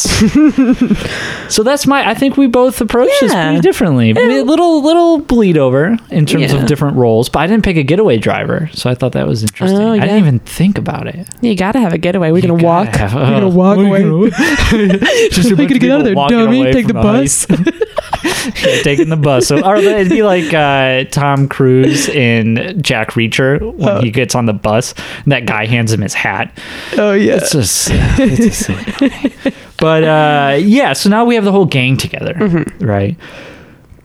C: *laughs* so that's my i think we both approached this
E: Yeah.
C: pretty differently a little little bleed over in terms
E: Yeah.
C: of different roles but i didn't pick a getaway driver so i thought that was interesting
E: Oh,
C: i
E: yeah.
C: didn't even think about it
E: You gotta have a getaway. We're
C: You
E: gonna walk.
C: gotta have-
A: You're gonna
C: uh,
A: walk
C: we're
A: away. *laughs*
C: gonna- *laughs* Just a
A: You're
C: bunch
A: gonna
C: of
A: get out of
C: people
A: there,
C: walking
A: dummy.
C: away
A: Take the
C: from
A: bus.
E: *laughs*
C: heist. *laughs* yeah, taking the bus. So, or it'd be like uh, Tom Cruise in Jack Reacher when
A: Oh.
C: he gets on the bus and that guy hands him his hat.
A: oh yeah.
C: It's just, it's just
A: *laughs*
C: silly. but uh, yeah, so now we have the whole gang together,
A: Mm-hmm.
C: right?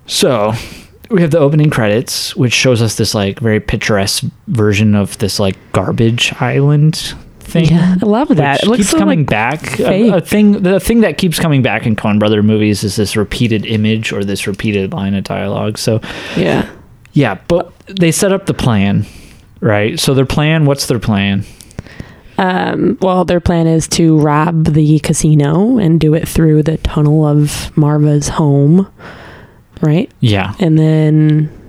C: So we have the opening credits, which shows us this like very picturesque version of this like garbage island thing
E: Yeah, I love that.
C: which
E: It looks
C: keeps
E: so
C: coming
E: like
C: back.
E: fake.
C: A, a thing, the thing that keeps coming back in Coen Brother movies is this repeated image or this repeated line of dialogue. So
E: yeah.
C: yeah, but they set up the plan, right? So their plan. What's their plan?
E: Um, well, their plan is to rob the casino and do it through the tunnel of Marva's home, right?
C: Yeah,
E: And then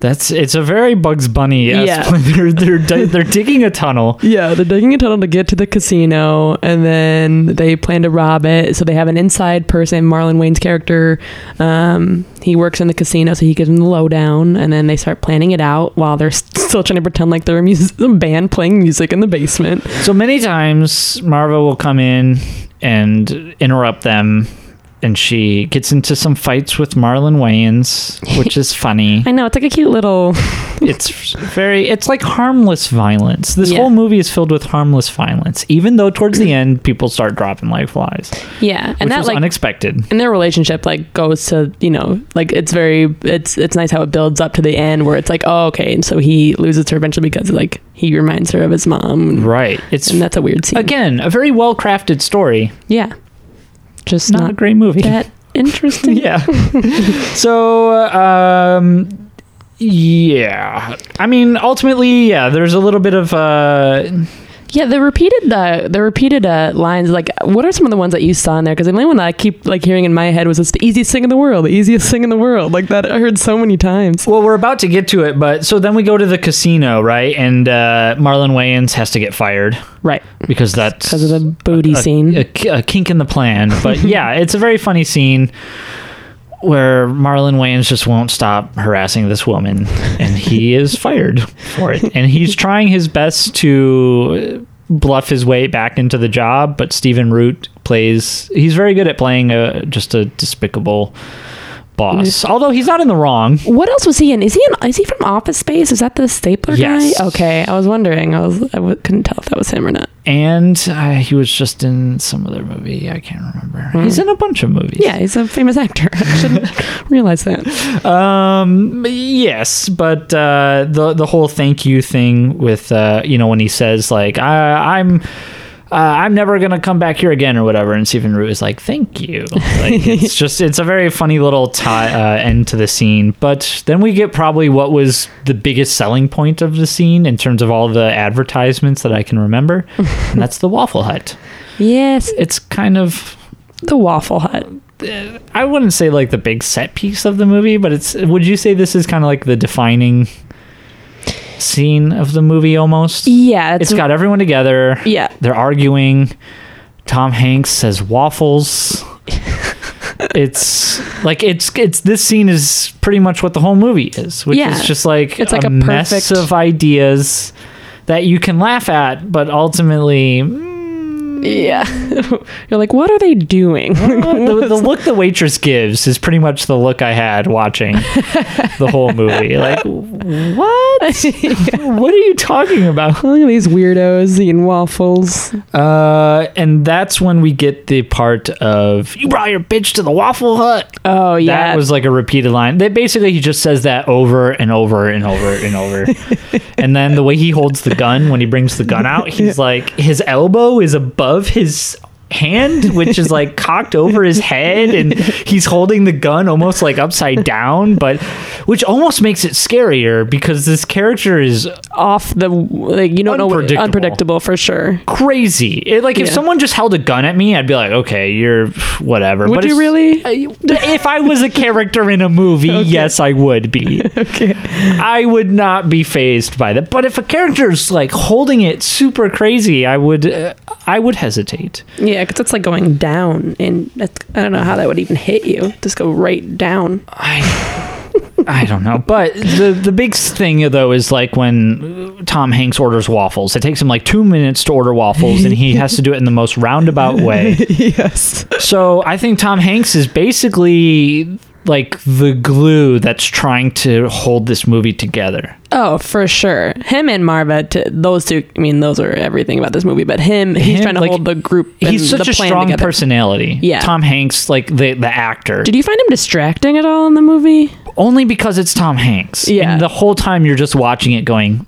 C: that's it's a very Bugs Bunny.
E: Yeah.
C: Yeah, *laughs* they're they're di- they're digging a tunnel.
E: yeah, they're digging a tunnel to get to the casino, and then they plan to rob it. So they have an inside person, Marlon Wayne's character. Um, he works in the casino, so he gives them the lowdown, and then they start planning it out while they're s- still trying to pretend like they're a, mus- *laughs* a band playing music in the basement.
C: So many times Marva will come in and interrupt them. And she gets into some fights with Marlon Wayans, which is
E: *laughs*
C: funny.
E: I know it's like a cute little
C: it's very it's like harmless violence this
E: Yeah.
C: whole movie is filled with harmless violence even though towards the end people start dropping like flies
E: yeah,
C: which
E: and that
C: was
E: like
C: unexpected
E: and their relationship like goes to you know like it's very it's it's nice how it builds up to the end where it's like oh okay and so he loses her eventually because like he reminds her of his mom
C: right it's
E: and that's a weird scene
C: again a very well crafted story
E: yeah just
C: not,
E: not,
C: a great movie
E: that
C: *laughs*
E: interesting
C: yeah so um yeah i mean ultimately yeah there's a little bit of uh
E: *laughs* yeah the repeated uh, the repeated uh, lines like what are some of the ones that you saw in there because the only one that i keep like hearing in my head was it's the easiest thing in the world the easiest thing in the world like that i heard so many times
C: Well, we're about to get to it, but so then we go to the casino, right? And uh, Marlon Wayans has to get fired
E: right
C: because that's
E: because of the booty
C: a-
E: scene
C: A, a kink in the plan.
E: *laughs*
C: But yeah, it's a very funny scene where Marlon Wayans just won't stop harassing this woman and
E: *laughs*
C: he is fired for it. And he's trying his best to bluff his way back into the job, but Stephen Root plays he's very good at playing a just a despicable boss.
E: Mm-hmm.
C: Although he's not in the wrong.
E: What else was he in? Is he in? Is he from Office Space? Is that the stapler
C: Yes.
E: guy? Okay, I was wondering. I was I w- couldn't tell if that was him or not.
C: And uh, he was just in some other movie, I can't remember. He's in a bunch of movies.
E: Mm-hmm. Yeah, he's a famous actor. *laughs* I shouldn't realize that.
C: Um. Yes, but uh, the the whole thank you thing with uh, you know when he says like I, I'm. Uh, I'm never gonna come back here again or whatever, and Stephen Root is like, "Thank you." Like, it's just it's a very funny little tie, uh, end to the scene. But then we get probably what was the biggest selling point of the scene in terms of all the advertisements that I can remember, and that's the Waffle Hut.
E: Yes,
C: It's kind of
E: the Waffle Hut.
C: I wouldn't say like the big set piece of the movie, but it's. Would you say this is kind of like the defining scene of the movie almost?
E: Yeah,
C: It's got everyone together.
E: yeah.
C: They're arguing. Tom Hanks says
E: *laughs*
C: waffles. it's like it's it's this scene is pretty much what the whole movie is, which
E: Yeah.
C: is just like
E: It's like a
C: mess
E: perfect-
C: of ideas that you can laugh at, but ultimately. mm,
E: Yeah. *laughs* You're like, what are they doing?
C: the, the look the waitress gives is pretty much the look I had watching the whole movie. Like, what? What are you talking about?
E: Look at these weirdos eating waffles.
C: Uh, and that's when we get the part of you brought your bitch to the Waffle Hut.
E: *laughs* Oh yeah.
C: That was like a repeated line. They basically he just says that over and over and over and
E: *laughs*
C: over. and then the way he holds the gun when he brings the gun out, he's like his elbow is above his hand which is like cocked over his head and he's holding the gun almost like upside down but which almost makes it scarier because this character is
E: off the like you don't know what
C: Unpredictable.
E: unpredictable for sure.
C: crazy it, like if
E: Yeah.
C: someone just held a gun at me i'd be like okay you're whatever
E: Would
C: but
E: you
C: it's-
E: really?
C: if I was a character in a movie, yes, I would be.
E: okay.
C: I would not be phased by that. But if a character is like holding it super crazy, I would, uh, I would hesitate.
E: Yeah, because it's like going down, and that's, I don't know how that would even hit you. Just go right down.
C: I, I don't know. But the the big thing though is like when Tom Hanks orders waffles. It takes him like two minutes to order waffles, and he has to do it in the most roundabout way.
A: yes.
C: So I think Tom Hanks is basically like the glue that's trying to hold this movie together.
E: Oh, for sure. Him and Marva, t- those two. I mean, those are everything about this movie. But him, he's
C: Him,
E: trying to
C: like,
E: hold the group. And
C: He's such
E: the
C: a
E: plan
C: strong
E: together.
C: personality.
E: Yeah.
C: Tom Hanks, like the the actor,
E: Did you find him distracting at all in the movie?
C: only because it's Tom Hanks.
E: Yeah.
C: And the whole time you're just watching it, going,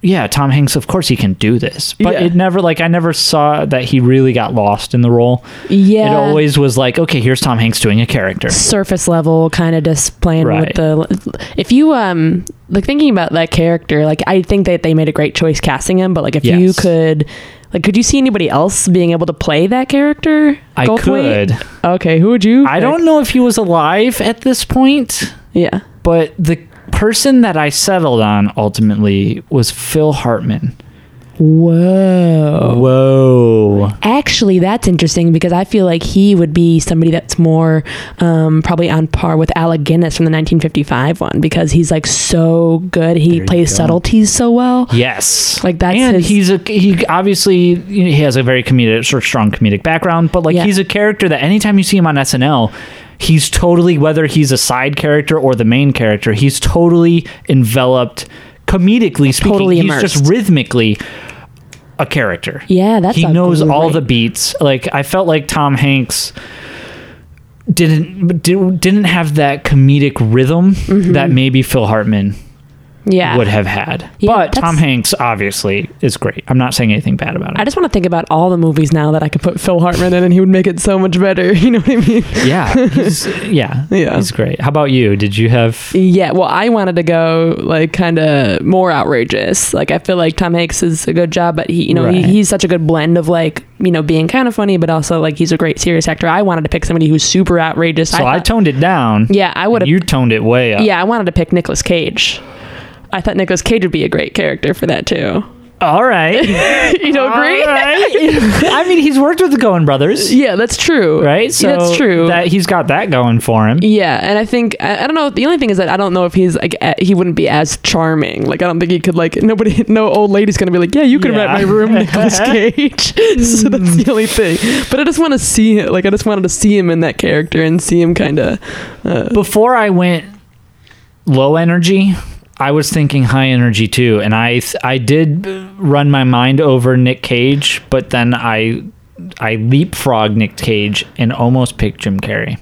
C: "Yeah, Tom Hanks. Of course he can do this." But
E: Yeah.
C: it never, like, I never saw that he really got lost in the role.
E: Yeah.
C: It always was like, "Okay, here's Tom Hanks doing a character."
E: surface level kind of just playing
C: Right.
E: with the if you um like thinking about that character like i think that they made a great choice casting him but like if you
C: Yes.
E: could like could you see anybody else being able to play that character
C: I
E: Goldthwait?
C: could.
E: okay who would you
C: I
E: pick?
C: don't know if he was alive at this point,
E: yeah
C: but the person that I settled on ultimately was Phil Hartman.
E: whoa
C: Whoa.
E: actually that's interesting because i feel like he would be somebody that's more um probably on par with alec guinness from the 1955 one because he's like so good he
C: you
E: plays
C: go.
E: subtleties so well
C: Yes,
E: Like, that's
C: and
E: his-
C: he's a he obviously you know, he has a very comedic or strong comedic background, but like
E: Yeah.
C: he's a character that anytime you see him on SNL, he's totally whether he's a side character or the main character, he's totally enveloped comedically speaking.
E: Totally
C: he's
E: immersed.
C: just rhythmically a character.
E: yeah that's
C: he
E: a
C: knows all
E: great-
C: the beats. Like I felt like Tom Hanks didn't did, didn't have that comedic rhythm
E: Mm-hmm.
C: that maybe Phil Hartman
E: yeah
C: would have had.
E: Yeah,
C: but
E: that's-
C: Tom Hanks obviously is great. I'm not saying anything bad about
E: I
C: him.
E: just want to think about all the movies now that I could put Phil Hartman in and he would make it so much better. *laughs* You know what I mean?
C: yeah, *laughs* he's, yeah,
E: Yeah.
C: he's great. How about you? Did you have?
E: Yeah, well, I wanted to go like kind of more outrageous. Like I feel like Tom Hanks is a good job, but he, you know, he,
C: Right.
E: he's such a good blend of like you know being kind of funny, but also like he's a great serious actor. I wanted to pick somebody who's super outrageous.
C: So I,
E: thought-
C: toned it down.
E: yeah, I would have.
C: You toned it way up.
E: Yeah, I wanted to pick Nicolas Cage. I thought Nicolas Cage would be a great character for that too.
C: All right.
E: *laughs* You don't agree?
C: All
E: *laughs*
C: right. I mean, he's worked with the Coen Brothers,
E: Yeah, that's true.
C: right? So
E: that's true.
C: That he's got that going for him.
E: Yeah, and I think I, I don't know. The only thing is that I don't know if he's like a, he wouldn't be as charming. Like I don't think he could like nobody, no old lady's gonna be like, yeah, you can
C: Yeah.
E: rent my
C: *laughs*
E: room, Nicolas Cage. *laughs* so that's the only thing. But I just want to see it. Like I just wanted to see him in that character and see him kind of. Uh,
C: Before I went low energy, I was thinking high energy too, and I th- I did run my mind over Nick Cage, but then I I leapfrog Nick Cage and almost picked Jim Carrey.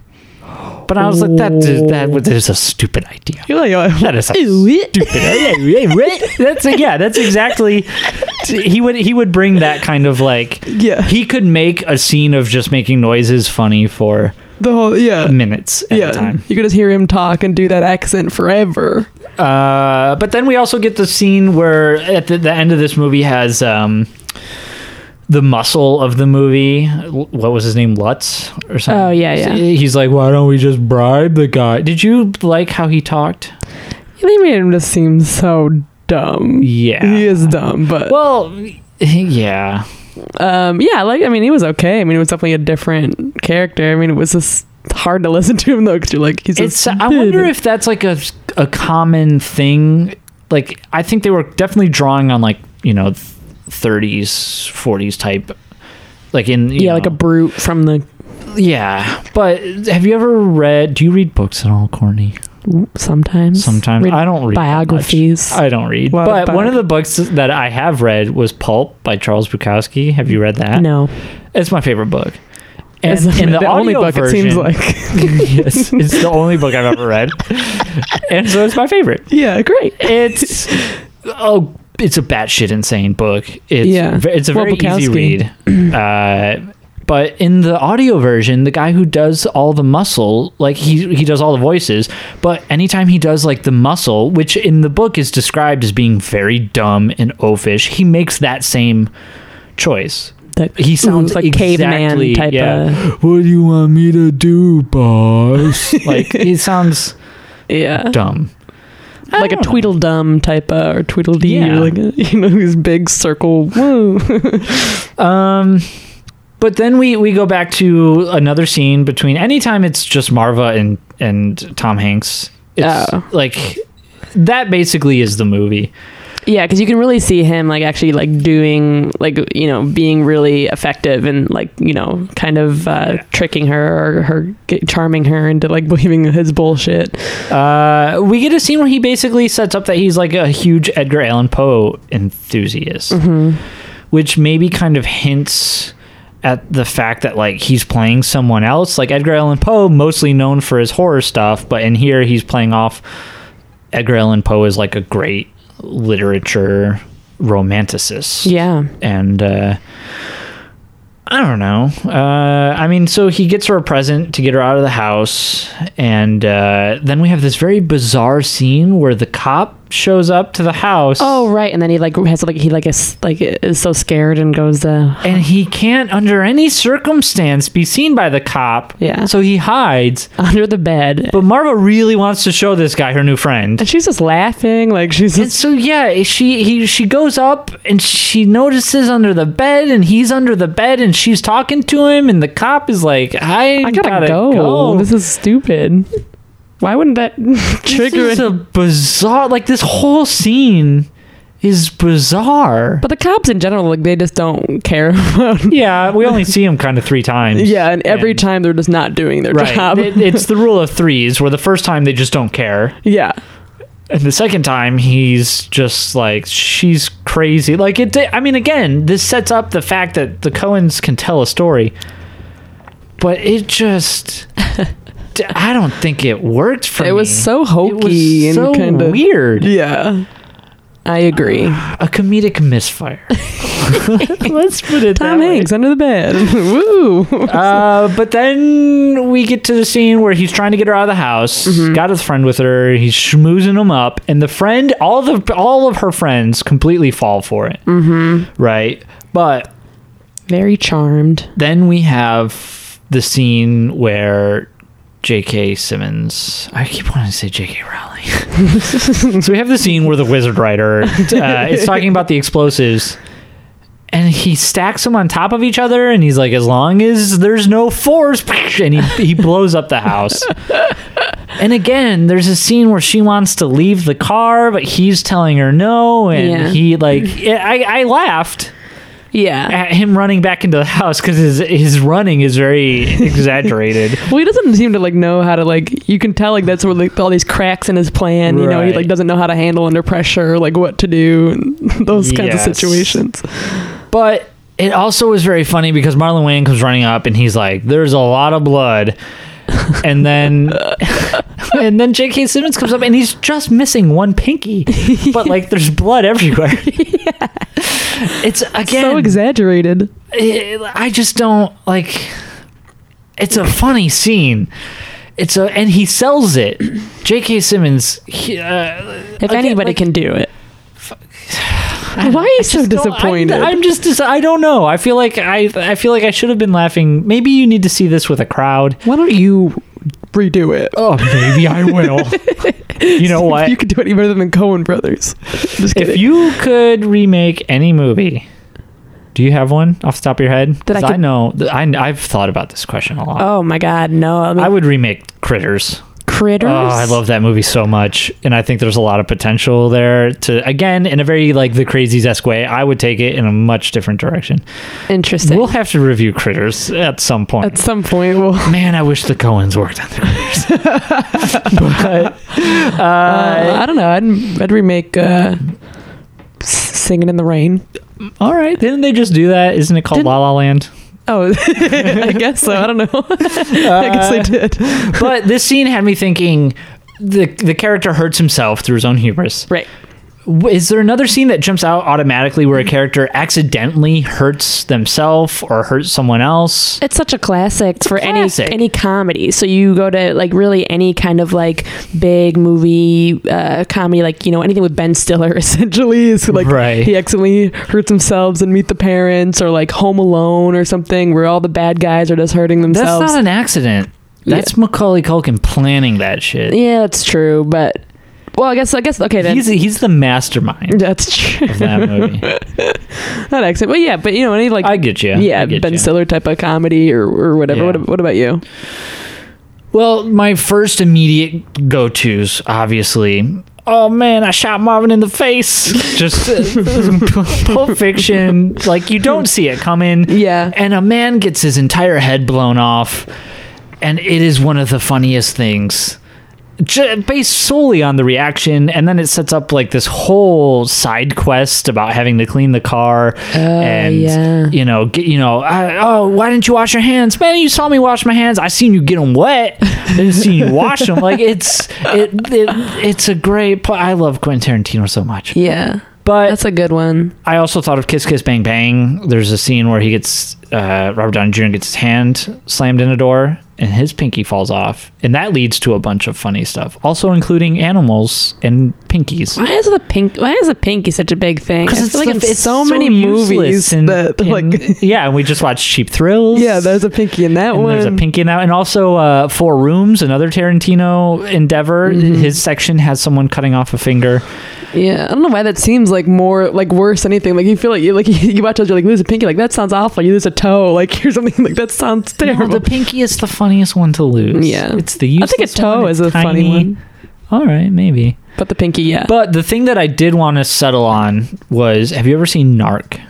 C: But I was like, that is, that was- that is a stupid idea.
A: You're like, oh,
E: *laughs*
C: That is a
E: Ew.
A: *laughs*
C: stupid idea. That's yeah, that's exactly. He would he would bring that kind of like
A: Yeah.
C: He could make a scene of just making noises funny for
A: the whole yeah.
C: minutes at
A: Yeah.
C: a time.
E: you could just hear him talk and do that accent forever.
C: Uh, but then we also get the scene where at the, the end of this movie has um, the muscle of the movie. L- What was his name? Lutz or something.
E: Oh, yeah, yeah.
C: He's like, why don't we just bribe the guy? Did you like how he talked?
E: They made him just seem so dumb.
C: Yeah.
E: He is dumb, but
C: Well, yeah.
E: um, yeah, like I mean, he was okay. I mean, it was definitely a different character. I mean, it was just hard to *laughs* listen to him though, because you're like, he's. a
C: It's. I wonder
E: stupid.
C: if that's like a a common thing. Like, I think they were definitely drawing on like you know, th- 30s, 40s type like in you
E: yeah, like a
C: know-
E: brute from the
C: yeah. But have you ever read? Do you read books at all, Courtney?
E: sometimes.
C: Sometimes
E: Read
C: I don't read that much.
E: biographies.
C: I don't read.
A: Lot of
C: But one
A: bio-
C: of the books that I have read was Pulp by Charles Bukowski. Have you read that?
E: No,
C: It's my favorite book. And
E: It's the-
C: in the,
A: the only
C: audio
A: book it seems
C: version-
A: like.
C: *laughs* yes, it's the only book I've ever read. and so it's my favorite.
A: Yeah, great.
C: It's oh, it's a batshit insane book. It's
A: Yeah.
C: ve- it's a
A: Well,
C: very easy
A: Bukowski.
C: read. Uh, but in the audio version, the guy who does all the muscle, like he he does all the voices, but anytime he does like the muscle, which in the book is described as being very dumb and oafish, he makes that same choice.
E: that
C: He sounds
E: like
C: exactly-
E: caveman type
C: yeah.
E: of
C: What do you want me to do, boss? like he
E: *laughs*
C: sounds
E: yeah,
C: dumb. I
E: like a
C: don't know.
E: Tweedledum type of or Tweedledee,
C: Yeah.
E: or like a, *laughs* you know, his big circle. Whoa,
C: Um, but then we we go back to another scene between anytime it's just Marva and and Tom Hanks. It's
E: Oh.
C: like that basically is the movie.
E: yeah, because you can really see him like actually like doing like you know being really effective and like you know kind of uh,
C: Yeah.
E: tricking her or her get, charming her into like *laughs* believing his bullshit.
C: Uh, we get a scene where he basically sets up that he's like a huge Edgar Allan Poe enthusiast, which maybe kind of hints at the fact that like he's playing someone else. Like Edgar Allan Poe, mostly known for his horror stuff, but in here he's playing off Edgar Allan Poe is like a great literature romanticist
E: Yeah,
C: and uh, I don't know. Uh, I mean, so he gets her a present to get her out of the house, and uh, then we have this very bizarre scene where the cop shows up to the house.
E: Oh right, and then he like has like he like is like is so scared and goes uh
C: And he can't, under any circumstance, be seen by the cop.
E: Yeah.
C: So he hides.
E: *laughs* under the bed,
C: But Marva really wants to show this guy her new friend.
E: and she's just laughing like she's
C: And
E: just
C: so yeah, she he she goes up and she notices under the bed and he's under the bed and she's talking to him and the cop is like, I,
E: I gotta, go. This is stupid. Why wouldn't that *laughs* trigger
C: is
E: it?
C: a bizarre like this whole scene is bizarre.
E: but the cops in general, like they just don't care.
C: *laughs*
E: About
C: yeah, we only see him kind of three times.
E: yeah, and every
C: And-
E: time they're just not doing their
C: Right.
E: job.
C: It- it's the rule of threes where the first time they just don't care.
E: yeah,
C: And the second time, he's just like, she's crazy. Like, it, I mean, again, this sets up the fact that the Coens can tell a story, but it
E: *laughs*
C: just, d- I don't think it worked for me.
E: it was so
C: It was
E: hokey
C: so
E: and kind of
C: weird.
E: Yeah, I *sighs* agree.
C: A comedic misfire. Let's put it that
E: Tom
C: way.
E: Hanks under the bed. *laughs* Woo.
C: Uh, but then we get to the scene where he's trying to get her out of the house. Got his friend with her. He's schmoozing him up, and the friend, all the all of her friends, completely fall for it. Mm-hmm. Right, but
E: Very charmed.
C: then we have the scene where J.K. Simmons. I keep wanting to say J.K. Rowling. *laughs* so we have the scene where the wizard writer uh, is talking about the explosives. And he stacks them on top of each other, and he's like, "As long as there's no force," *laughs* and he, he blows up the house. and again, there's a scene where she wants to leave the car, but he's telling her no, and
E: Yeah.
C: he like, I, I laughed
E: Yeah.
C: at Uh, him running back into the house because his his running is
E: *laughs*
C: very exaggerated.
E: Well, he doesn't seem to like know how to like. You can tell like that's where like all these cracks in his plan. You know, he
C: Right.
E: like doesn't know how to handle under pressure, like what to do, and *laughs* those kinds
C: Yes.
E: of situations.
C: But it also was very funny because Marlon Wayne comes running up and he's like, "There's a lot of blood," and
E: *laughs*
C: then and then J.K. Simmons comes up and he's just missing one pinky, but like there's blood
E: *laughs*
C: everywhere. It's again
E: So exaggerated.
C: it, I just don't like. It's a funny scene. It's a and he sells it. J.K. Simmons. He, uh,
E: If
C: Again,
E: anybody
C: like-
E: can do it. Why are you so
C: don't-
E: disappointed?
C: I, am just. dis- I don't know. I feel like I. I feel like I should have been laughing. Maybe you need to see this with a crowd.
E: Why don't you redo it?
C: Oh, maybe I
E: *laughs*
C: will. you know what?
E: You could do it even better than Cohen Brothers. *laughs* Just kidding.
C: if you could remake any movie, do you have one off the top of your head?
E: That I
C: 'Cause I
E: could-
C: know. I, I've thought about this question a lot.
E: oh my God, no! I, mean,
C: I would remake Critters.
E: Critters.
C: Oh, I love that movie so much, and I think there's a lot of potential there to again in a very like the crazies esque way. I would take it in a much different direction.
E: Interesting.
C: We'll have to review Critters at some point.
E: At some point, we'll. uh,
C: Man, I wish the Coens worked on the Critters. but,
E: Uh,
C: uh,
E: I don't know. I'd, I'd remake uh, S- Singing in the Rain.
C: *laughs* all right, didn't they just do that? Isn't it called
E: Didn't-
C: La La Land?
E: Oh, *laughs* I guess so. I don't know. *laughs* I guess
C: Uh,
E: they did.
C: *laughs* but this scene had me thinking. The, the character hurts himself through his own hubris.
E: Right.
C: W- Is there another scene that jumps out automatically where a character accidentally hurts themselves or hurts someone else?
E: It's such a classic for
C: classic.
E: any any comedy. So you go to like really any kind of like big movie uh, comedy, like you know anything with Ben Stiller *laughs* essentially is like
C: Right.
E: he accidentally hurts themselves and Meet the Parents or like Home Alone or something where all the bad guys are just hurting
C: That's
E: themselves.
C: not an accident. That's Macaulay Culkin planning that shit.
E: yeah, that's true. But well, I guess I guess okay then.
C: He's he's the mastermind
E: that's true.
C: of that
E: *laughs*
C: movie.
E: Not accent, but yeah. But you know any like
C: I get you.
E: yeah
C: I get
E: Ben
C: you.
E: Stiller type of comedy or or whatever.
C: Yeah.
E: What, what about you?
C: Well, my first immediate go tos, obviously. Oh man, I shot Marvin in the *laughs* face. Just uh, Pulp Fiction. Like you don't see it coming.
E: Yeah.
C: And a man gets his entire head blown off, and it is one of the funniest things. Ju- Based solely on the reaction, and then it sets up like this whole side quest about having to clean the car, and
E: Oh, yeah.
C: you know, get, you know, I, oh, why didn't you wash your hands, man? You saw me wash my hands. I seen you get them wet. I didn't see you wash them. Like it's it, it it's a great. Pl- I love Quentin Tarantino so much,
E: Yeah,
C: but
E: that's a good one.
C: I also thought of Kiss Kiss Bang Bang. There's a scene where he gets uh, Robert Downey Jr. gets his hand slammed in a door and his pinky falls off, and that leads to a bunch of funny stuff, also including animals and pinkies.
E: Why is the pink? Why is the pinky such a big thing? I feel like
C: the-
E: in so, many
C: useless
E: movies
C: and-
E: that
C: and-
E: *laughs* like
C: yeah, and we just watched Cheap Thrills.
E: yeah, there's a pinky in that
C: And
E: one.
C: there's a pinky now, and also uh, Four Rooms, another Tarantino endeavor.
E: Mm-hmm.
C: His section has someone cutting off a finger.
E: Yeah, I don't know why that seems like more like worse than anything. Like you feel like you like *laughs* you watch those, you're like lose a pinky, like that sounds awful. You lose a toe, *laughs* like here's something like
C: *laughs*
E: that sounds terrible.
C: the pinky is the funniest one to lose.
E: Yeah.
C: it's the
E: I think a
C: useless
E: toe
C: one,
E: is a
C: tiny-
E: funny one,
C: All right, maybe.
E: but the pinky, yeah.
C: But the thing that I did want to settle on was have you ever seen Narc?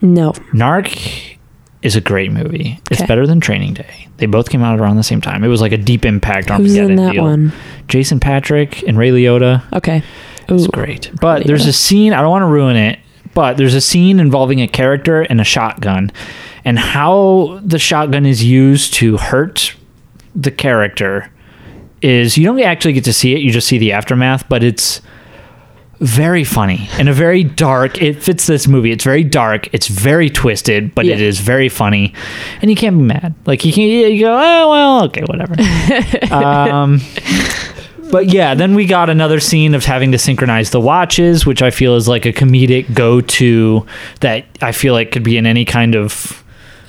E: no,
C: Narc is a great movie. It's
E: Okay.
C: better than Training Day. They both came out around the same time. It was like a deep impact
E: who's
C: Armageddon
E: in that
C: deal.
E: one?
C: Jason Patrick and Ray Liotta.
E: Okay,
C: It's
E: Ooh.
C: great. But there's
E: Yeah.
C: a scene, I don't want to ruin it, but there's a scene involving a character and a shotgun and how the shotgun is used to hurt the character is you don't actually get to see it, you just see the aftermath, but it's very funny and a very dark it fits this movie it's very dark it's very twisted but it
E: Yeah.
C: is very funny and you can't be mad like you can you go oh well okay whatever um but yeah, then we got another scene of having to synchronize the watches, which I feel is like a comedic go to that I feel like could be in any kind of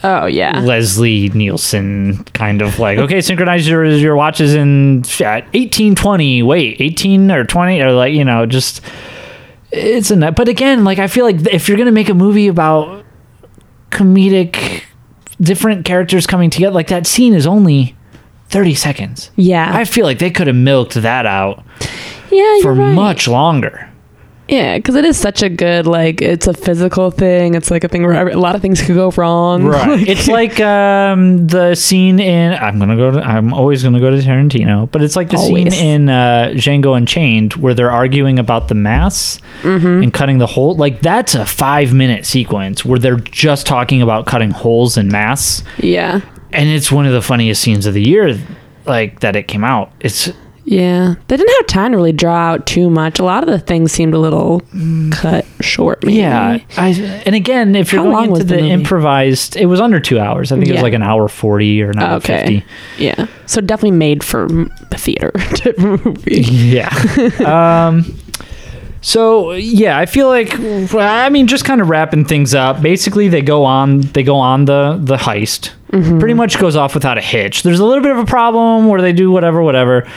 E: oh yeah,
C: Leslie Nielsen kind of like, okay, synchronize your, your watches in at 1820, wait, 18 or 20, or like, you know, just it's a nut. But again, like, I feel like if you're going to make a movie about comedic, different characters coming together, like that scene is only 30 seconds.
E: yeah,
C: I feel like they could have milked that out
E: yeah.
C: for
E: you're right.
C: much longer.
E: Yeah, because it is such a good like it's a physical thing. It's like a thing where every- a lot of things could go wrong. Like,
C: it's like um, the scene in I'm gonna go to I'm always gonna go to Tarantino, but it's like the
E: Always.
C: scene in uh, Django Unchained where they're arguing about the mass
E: Mm-hmm.
C: and cutting the hole. Like that's a five minute sequence where they're just talking about cutting holes in mass,
E: yeah,
C: and it's one of the funniest scenes of the year. Like that it came out. It's
E: yeah. They didn't have time to really draw out too much. A lot of the things seemed a little cut short.
C: Mm.
E: Maybe.
C: Yeah, I, and again, if you're
E: How long
C: going into
E: was the
C: the,
E: movie?
C: improvised, it was under two hours. I think it
E: Yeah.
C: was like an hour forty or an hour
E: Okay.
C: fifty.
E: Yeah. So definitely made for m- the theater *laughs* type of movie. *laughs*
C: Yeah. um, so yeah, I feel like I mean, just kind of wrapping things up. Basically, they go on, they go on the the heist.
E: Mm-hmm.
C: Pretty much goes off without a hitch. There's a little bit of a problem where they do whatever, whatever,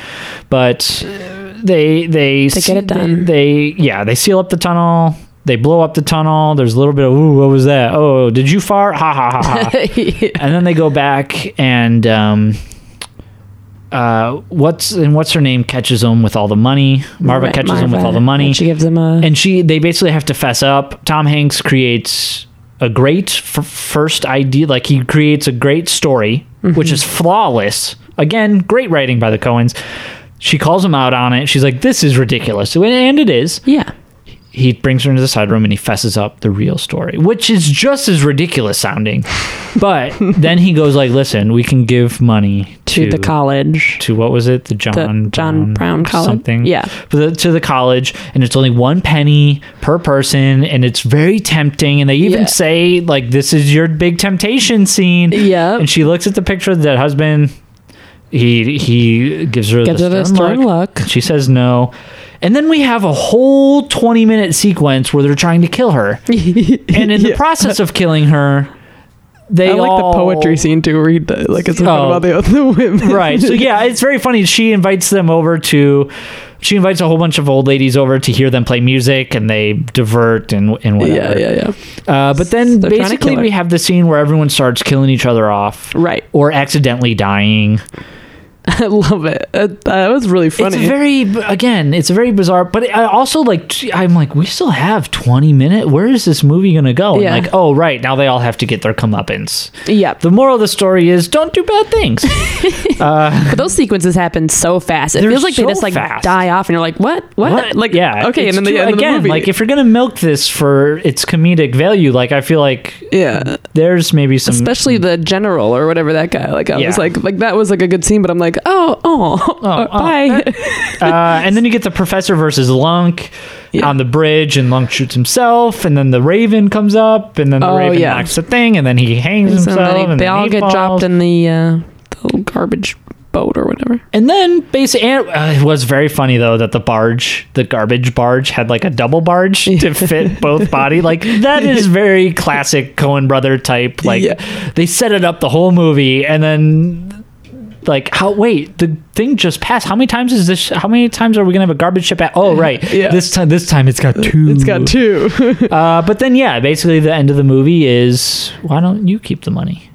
C: but uh, they they
E: They get it done.
C: They, they yeah, they seal up the tunnel. They blow up the tunnel. There's a little bit of ooh, what was that? Oh, did you fart? Ha ha ha ha.
E: yeah.
C: and then they go back and um, uh, what's and what's her name catches him with all the money. Marva
E: Right,
C: catches him
E: Marva.
C: with all the money,
E: And she gives him a.
C: and she they basically have to fess up. Tom Hanks creates a great f- first idea, like he creates a great story,
E: Mm-hmm.
C: which is flawless. Again, great writing by the Coens. She calls him out on it. She's like, "This is ridiculous," and it is
E: yeah.
C: he brings her into the side room and he fesses up the real story, which is just as ridiculous sounding. But then he goes like, "Listen, we can give money
E: To,
C: to,
E: the college.
C: to what was it? The John
E: John Brown College?
C: something?
E: Yeah.
C: For the, to the college, and it's only one penny per person, and it's very tempting. And they even
E: Yeah.
C: say like, "This is your big temptation scene."
E: Yep.
C: And she looks at the picture of that husband. He he gives her
E: Gives
C: the
E: her the stern look.
C: she says no. And then we have a whole 20 minute sequence where they're trying to kill her. *laughs* and
E: *laughs*
C: in the process of killing her, they
A: I like
C: all...
A: the poetry scene to read. The, like it's
C: Oh.
A: about the
E: *laughs*
A: other women.
C: right. So yeah, it's very funny. She invites them over to she invites a whole bunch of old ladies over to hear them play music and they divert and and
E: *laughs*
A: Yeah,
C: whatever.
A: yeah, yeah.
C: Uh, but then
E: They're trying to
C: basically
E: kill her.
C: we have the scene where everyone starts killing each other off
E: *laughs*
A: Right.
C: or accidentally dying.
A: I love it. Uh, that was really
C: *laughs*
A: funny.
C: It's very again, it's very bizarre. But I also like t- I'm like we still have 20 minutes. Where is this movie gonna go?
E: Yeah.
C: And like oh right now they all have to get their comeuppance.
E: Yep.
C: The moral of the story is don't do bad things.
E: But those sequences happen so fast. It
C: They're
E: feels like
C: so
E: they just like
C: fast.
E: die off, and you're like, what? What? Like,
C: yeah
A: okay,
C: it's
A: and then the
C: true.
A: end of the
C: again
A: movie.
C: like if you're gonna milk this for its comedic value, like I feel like
A: yeah.
C: there's maybe some
A: Especially the general or whatever that guy. Like I
C: Yeah.
A: was like, like that was like a good scene, but I'm like, oh, oh,
C: oh,
A: bye. *laughs*
C: uh, and then you get the professor versus Lunk
A: Yeah.
C: on the bridge, and Lunk shoots himself, and then the Raven comes up, and then the
A: Oh,
C: Raven
A: yeah.
C: knocks the thing, and then he hangs
A: So
C: himself.
A: then he-
C: and
A: they
C: then
A: all
C: he
A: get
C: falls.
A: dropped in the uh, the garbage boat or whatever.
C: And then basically, and, uh, it was very funny though that the barge, the garbage barge, had like a double
A: *laughs*
C: barge to fit both body. Like that is very classic Cohen brother type. Like
A: Yeah.
C: they set it up the whole movie, and then like how wait the thing just passed. How many times is this? How many times are we gonna have a garbage ship at? Oh right,
A: *laughs* Yeah.
C: this time this time it's got two.
A: It's got two. *laughs*
C: Uh, but then yeah, basically the end of the movie is why don't you keep the money?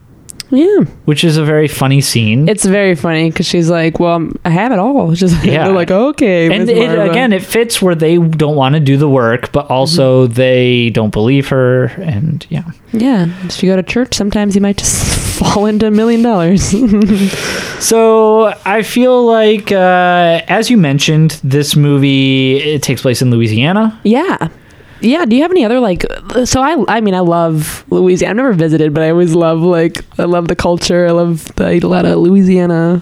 A: yeah.
C: Which is a very funny scene.
A: It's very funny because she's like, well, I'm- I have it all. She's like,
C: Yeah.
A: they're like, okay.
C: and
A: Miss
C: it,
A: Marva.
C: again it fits where they don't want to do the work but also they don't believe her and yeah
A: yeah.
E: If you go to church, sometimes you might just *laughs* fall into a million dollars. *laughs*
C: so i feel like uh, as you mentioned this movie it takes place in louisiana
E: yeah.
A: Yeah. Do you have any other like? So I, I mean, I love Louisiana. I've never visited, but I always love like, I love the culture. I love the, I eat a lot of Louisiana.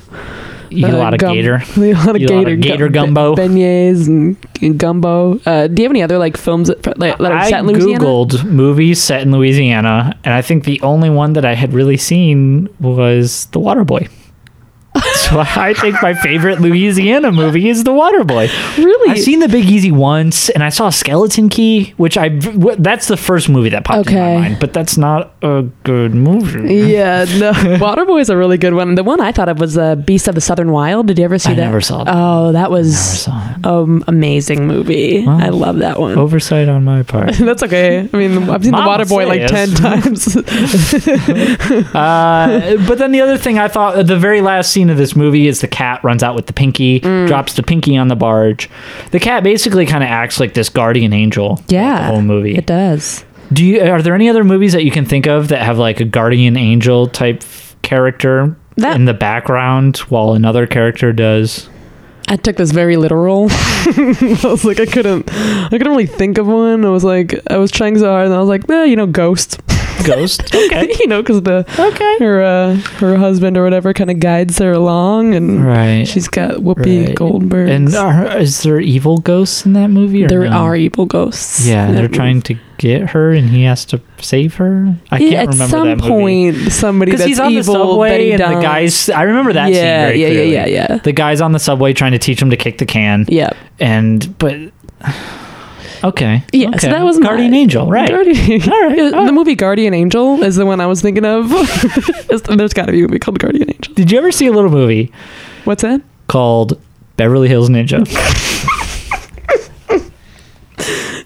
C: you get a
A: uh,
C: lot of
A: gum-
C: gator
A: I eat A lot of
C: Eat a lot
A: gator,
C: of gator
A: gum-
C: gumbo.
A: be- beignets, and, and gumbo. Uh, do you have any other like films that, that that are
C: I
A: set in Louisiana?
C: googled movies set in Louisiana, and I think the only one that I had really seen was
A: *laughs*
C: The Waterboy. so I think my favorite Louisiana movie is The Waterboy.
A: Really?
C: I've seen The Big Easy once, and I saw Skeleton Key, which I w- that's the first movie that popped in
A: Okay.
C: my mind. But that's not a good movie.
A: yeah,
C: *laughs*
A: no.
E: Waterboy is a really good one. The one I thought of was uh, Beast of the Southern Wild. Did you ever see
C: I
E: that?
C: never saw that.
E: Oh, that
C: I
E: was
C: saw it.
E: um amazing movie.
C: Well,
E: I love that one. *laughs*
C: Oversight on
A: *laughs*
C: my part.
A: That's okay. I mean, I've seen
C: Mom
A: The Waterboy like
C: says.
A: ten times.
C: Uh, but then the other thing I thought the very last scene of this movie is the cat runs out with the pinky,
A: Mm.
C: drops the pinky on the barge. The cat basically kind of acts like this guardian angel. throughout
E: Yeah,
C: the whole movie.
E: It does.
C: Do you? Are there any other movies that you can think of that have like a guardian angel type character
E: That-
C: in the background while another character does?
E: I took this very literal.
A: *laughs* I was like, I couldn't, I couldn't really think of one. I was like, I was trying so hard, and I was like, nah, you know, *laughs* ghost,
C: Ghost. Okay.
A: *laughs* you know, because the
C: Okay.
A: her uh, her husband or whatever kind of guides her along, and
C: Right.
A: she's got Whoopi
C: Right.
A: Goldberg.
C: and are, is there evil ghosts in that movie? Or
A: there
C: no?
A: are evil ghosts.
C: Yeah,
A: in
C: they're
A: that
C: trying to get her, and he has to save her. I
A: movie.
C: can't
A: Yeah,
C: remember
A: At some
C: that movie.
A: point, somebody
C: because
A: that's
C: he's on
A: evil,
C: the subway
A: Betty
C: and the
A: Dawn-
C: guys. I remember that scene
A: Yeah,
C: very
A: yeah,
C: clearly.
A: yeah, yeah, yeah.
C: The guys on the subway trying to teach him to kick the can,
A: Yeah,
C: and but okay,
A: Yeah,
C: okay.
A: so that was my-
C: guardian angel, right?
A: Guardian.
C: All right, all
A: *laughs* The
C: right.
A: movie Guardian Angel is the one I was thinking
C: *laughs*
A: of. It's- There's got to be a movie called Guardian Angel.
C: Did you ever see a little movie
A: What's that?
C: called Beverly Hills
A: *laughs*
C: Ninja?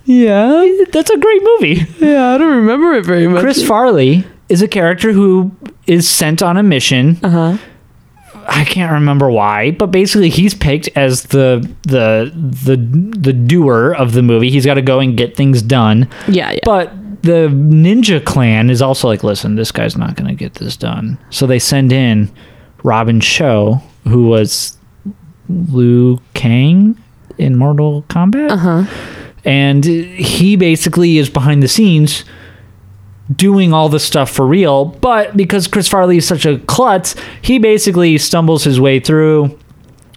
A: Yeah,
C: That's a
A: *laughs*
C: great movie.
A: yeah, I don't remember it very much.
C: Chris Farley is a character who is sent on a mission
A: uh huh.
C: I can't remember why, but basically he's picked as the the the the doer of the movie. He's got to go and get things done.
A: Yeah, yeah.
C: But the ninja clan is also like, listen, this guy's not going to get this done. So they send in Robin Cho, who was Liu Kang in Mortal Kombat.
A: Uh-huh.
C: And he basically is behind the scenes doing all the stuff for real. But because Chris Farley is such a klutz, he basically stumbles his way through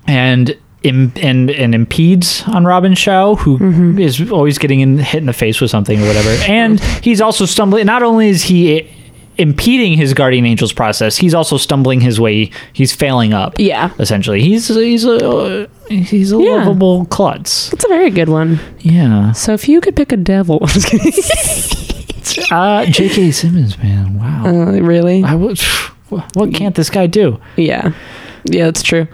C: and Im- and and impedes on Robin Shaw, who is
A: Mm-hmm.
C: always getting in, hit in the face with something or whatever. And he's also stumbling. Not only is he impeding his guardian angel's process, he's also stumbling his way. He's failing up.
A: Yeah.
C: essentially, he's he's a uh, he's a
A: Yeah.
C: lovable klutz.
A: That's a very good one.
C: Yeah.
A: So if you could pick a devil, *laughs* I'm just kidding.
C: *laughs* Uh, J.K. Simmons, man, wow.
A: Uh, really?
C: I would. What can't this guy do? Uh,
A: Yeah, yeah, that's true.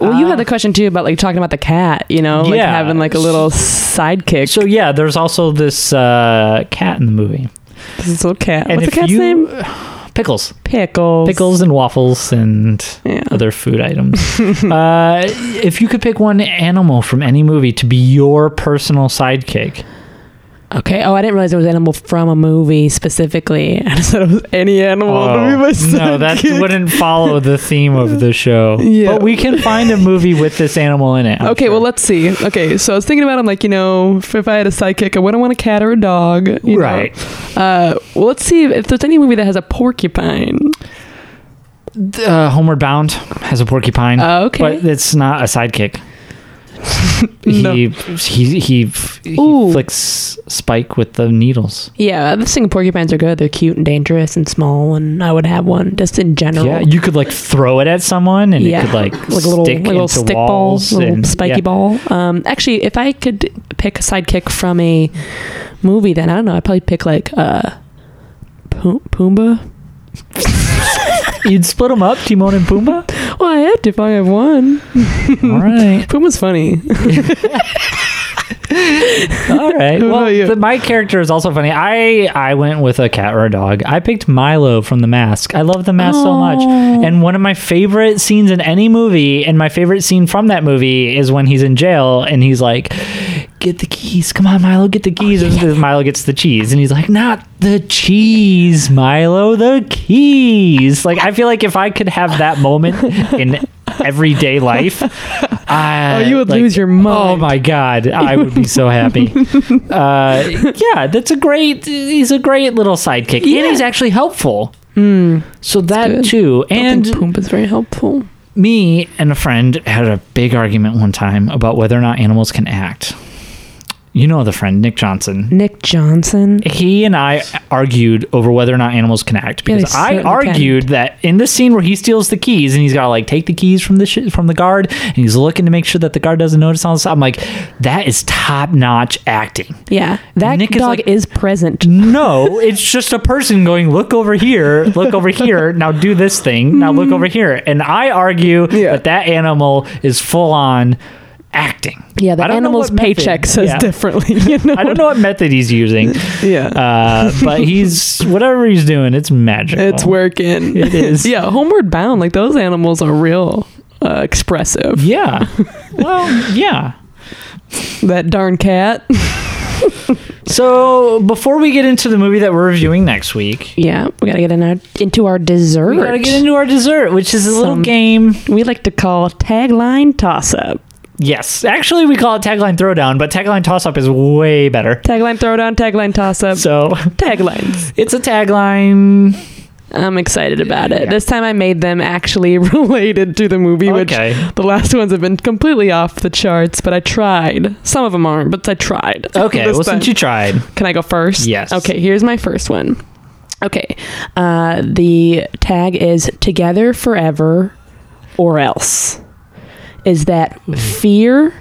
A: Well, you had
C: Um,
A: the question too about like talking about the cat, you know, like
C: Yeah.
A: having like a little sidekick.
C: So yeah, there's also this uh, cat in the movie.
A: This is little cat.
C: And
A: What's the
C: if
A: cat's
C: you-
A: name?
C: *sighs* Pickles,
A: Pickles.
C: pickles, and waffles, and
A: Yeah.
C: other food items.
A: *laughs*
C: uh, if you could pick one animal from any movie to be your personal sidekick,
A: Okay. Oh, I didn't realize there was animal from a movie
E: *laughs*
A: specifically. I just thought it was any animal. to be my
C: Oh, no, that
A: sidekick.
C: wouldn't follow the theme of the show.
A: *laughs* Yeah.
C: But we can find a movie with this animal in it. I'm
A: Okay,
C: sure.
A: well, let's see. Okay, so I was thinking about, I'm like, you know, if, if I had a sidekick, I wouldn't want a cat or a dog. you know.
C: Right.
A: Uh, well, let's see if, if there's any movie that has a porcupine.
C: uh, Homeward Bound has a porcupine.
A: Oh, okay.
C: but it's not a sidekick.
A: *laughs* No.
C: he, he he he
A: Ooh.
C: flicks Spike with the needles.
A: Yeah, the thing porcupines are good. They're cute and dangerous and small, and I would have one just in general.
C: Yeah, you could like throw it at someone, and
A: Yeah.
C: it could like
A: like a little,
C: stick
A: like a little
C: into
A: stick ball,
C: walls
A: little
C: and-
A: spiky
C: yeah.
A: ball. Um, actually, if I could pick a sidekick from a movie, then I don't know. I'd probably pick like uh, Pu- Pumbaa.
C: You'd split them up, Timon and Pumbaa.
A: *laughs* Well, oh, I had to if I have one.
C: all right,
A: Pumbaa's funny.
C: *laughs* all right.
A: What
C: well,
A: about you?
C: the, my character is also funny. I I went with a cat or a dog. I picked Milo from The Mask. I love The Mask so much,
A: Oh.
C: and one of my favorite scenes in any movie, and my favorite scene from that movie is when he's in jail and he's like. Get the keys. Come on, Milo, get the
A: Oh,
C: keys. And Milo gets the cheese. And he's like, Not the cheese, Milo, the keys. Like, I feel like if I could have that moment
A: *laughs*
C: in everyday life, I,
A: Oh, you would
C: like,
A: lose your
C: Oh
A: mind.
C: my god, I would be so happy.
A: *laughs*
C: uh, yeah, that's a great. He's a great little sidekick, and he's actually helpful. so that
A: Hmm. good.
C: too,
A: And
C: and
A: Pumbaa's very helpful.
C: me and a friend had a big argument one time about whether or not animals can act. You know the friend Nick Johnson.
A: Nick Johnson.
C: He and I argued over whether or not animals can act
A: Yeah, they
C: because I
A: certainly
C: argued that in the scene where he steals the keys and he's got to like take the keys from the sh- from the guard and he's looking to make sure that the guard doesn't notice all this. I'm like, that is top notch acting.
A: Yeah, that
C: Nick is
A: dog
C: like-
A: is present.
C: No, it's just a person going, look over here, look over here, now do this thing, now look over here. And I argue
A: Yeah.
C: that that animal is full on acting.
A: Yeah, the
C: I don't know
A: animal's
C: what method-
A: paycheck says
C: yeah.
A: differently. *laughs* You know.
C: *laughs* I don't know what method he's using,
A: Yeah.
C: uh, but he's whatever he's doing, it's magical.
A: It's working.
C: It
A: *laughs*
C: is.
A: yeah, homeward bound. Like those animals are real uh, expressive.
C: Yeah. Well, yeah.
A: That darn cat. *laughs*
C: So before we get into the movie that we're reviewing next week,
E: Yeah, we gotta get in our, into our dessert.
C: we gotta get into our dessert, which is a little game.
E: we like to call tagline toss up.
C: Yes, actually, we call it tagline throwdown, but tagline toss up is way better.
A: Tagline throwdown. Tagline toss up.
C: So *laughs*
A: Taglines.
C: It's a tagline.
A: I'm excited about it.
C: Yeah.
A: This time I made them actually related to the movie,
C: Okay.
A: which the last ones have been completely off the charts, but I tried. Some of them aren't, but I tried.
C: Okay,
A: This
C: well,
A: time.
C: since you tried,
A: Can I go first?
C: Yes.
A: Okay, here's my first one. Okay. Uh, the tag is together forever or else. Is that
C: Mm-hmm.
A: fear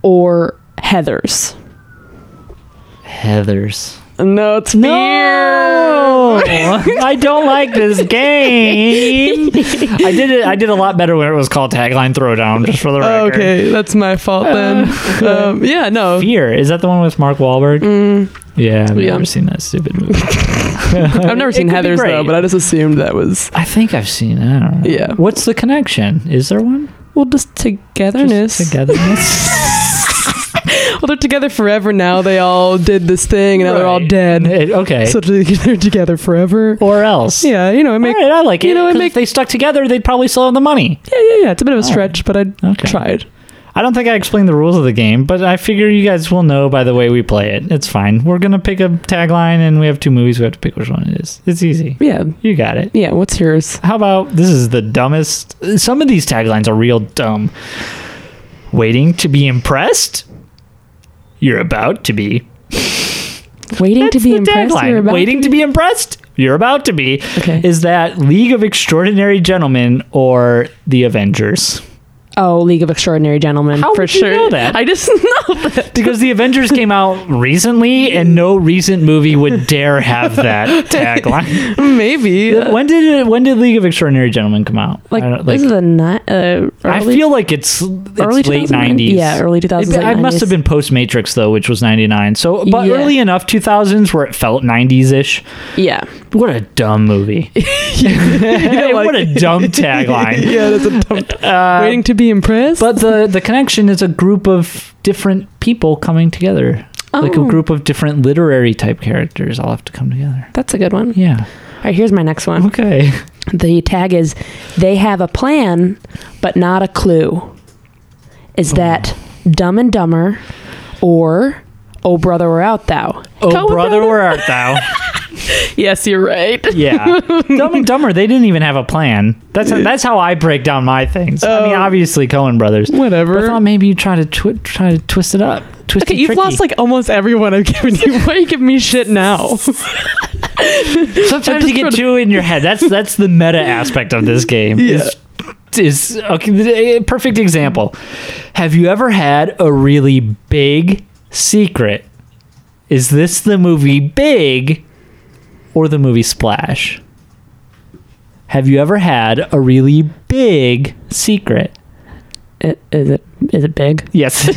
A: or Heather's?
C: Heather's.
A: No, it's
C: No, I don't
A: *laughs*
C: like this game. I did it. I did a lot better when it was called Tagline Throwdown. Just for the record.
A: Okay, that's my fault then. um, yeah, no.
C: Fear is that the one with Mark Wahlberg? Yeah, I've
A: Mm. Yeah.
C: never seen that stupid movie.
A: I've never seen
C: could be
A: Heather's though,
C: great.
A: but I just assumed that was
C: I think I've seen. it. I don't know.
A: Yeah.
C: What's the connection? Is there one?
A: well, just togetherness. *laughs*
C: Just togetherness.
A: Well, they're together forever now. They all did this thing, and now they're all
C: Right.
A: dead.
C: It- okay.
A: So they're together forever.
C: or else.
A: Yeah, you know, I make
C: All right, I like it.
A: you know, it
C: 'cause
A: make-
C: if they stuck together, they'd probably still have the money.
A: yeah, yeah, yeah. It's a bit of a stretch, but I
C: Oh, Okay.
A: tried.
C: I don't think I explained the rules of the game, but I figure you guys will know by the way we play it. It's fine. We're gonna pick a tagline, and we have two movies. We have to pick which one it is. It's easy.
A: Yeah,
C: You got it.
A: yeah. What's yours?
C: How about this is the dumbest? Some of these taglines are real dumb. Waiting to be impressed? You're about to be.
E: Waiting
C: That's
E: to be
C: the
E: impressed.
C: tagline.
E: You're about
C: Waiting to be impressed? You're about to be.
E: Okay.
C: Is that League of Extraordinary Gentlemen or The Avengers?
E: Oh, League of Extraordinary Gentlemen.
C: How
A: *laughs*
E: for
C: would you
E: sure.
C: know that?
E: I just know that.
C: Because The Avengers came out recently, and no recent movie would dare have
E: *laughs*
C: that tagline.
A: Maybe.
C: *laughs*
A: *laughs*
C: When did it, when did League of Extraordinary Gentlemen come out? I
E: Like,
C: don't-
E: this is a ni- uh,
C: I
E: early,
C: feel like it's, it's
E: early
C: late
E: 2000?
C: nineties.
E: Yeah, early 2000s.
C: I
E: late
C: must have
E: 90s.
C: been post Matrix though, which was ninety nine. So, but
E: Yeah.
C: early enough, two thousands where it felt nineties ish.
E: Yeah.
C: What a dumb movie! what a *laughs* dumb tagline.
A: yeah, that's a dumb. Waiting to be impressed.
C: But the the connection is a group of different people coming together, like a
E: Oh.
C: group of different literary type characters all have to come together.
E: That's a good one.
C: Yeah.
E: All right, here's my next one.
C: Okay.
E: The tag is they have a plan, but not a clue. Is that Dumb and Dumber or Oh Brother Where Art Thou?
C: Oh,
A: Cohen
C: brother,
A: Brother.
C: where art thou? *laughs*
A: yes, you're right.
C: Yeah. Dumb and Dumber, they didn't even have a plan. That's that's how I break down my things. I mean,
A: Oh.
C: obviously Cohen Brothers. But I
A: Whatever.
C: thought maybe you try to twi- try to twist it up. Twist
A: Okay,
C: it
A: you've
C: tricky.
A: lost like almost everyone I've given you. *laughs* Why are you giving me shit
C: *laughs*
A: now?
C: sometimes you
A: just
C: get
A: sort of-
C: two in your head. That's that's the meta aspect of this game.
A: Yeah.
C: Is, is okay. a Perfect example. Have you ever had a really big secret? Is this the movie Big or the movie Splash? Have you ever had a really big secret?
E: It, is it is it big?
C: Yes. *laughs*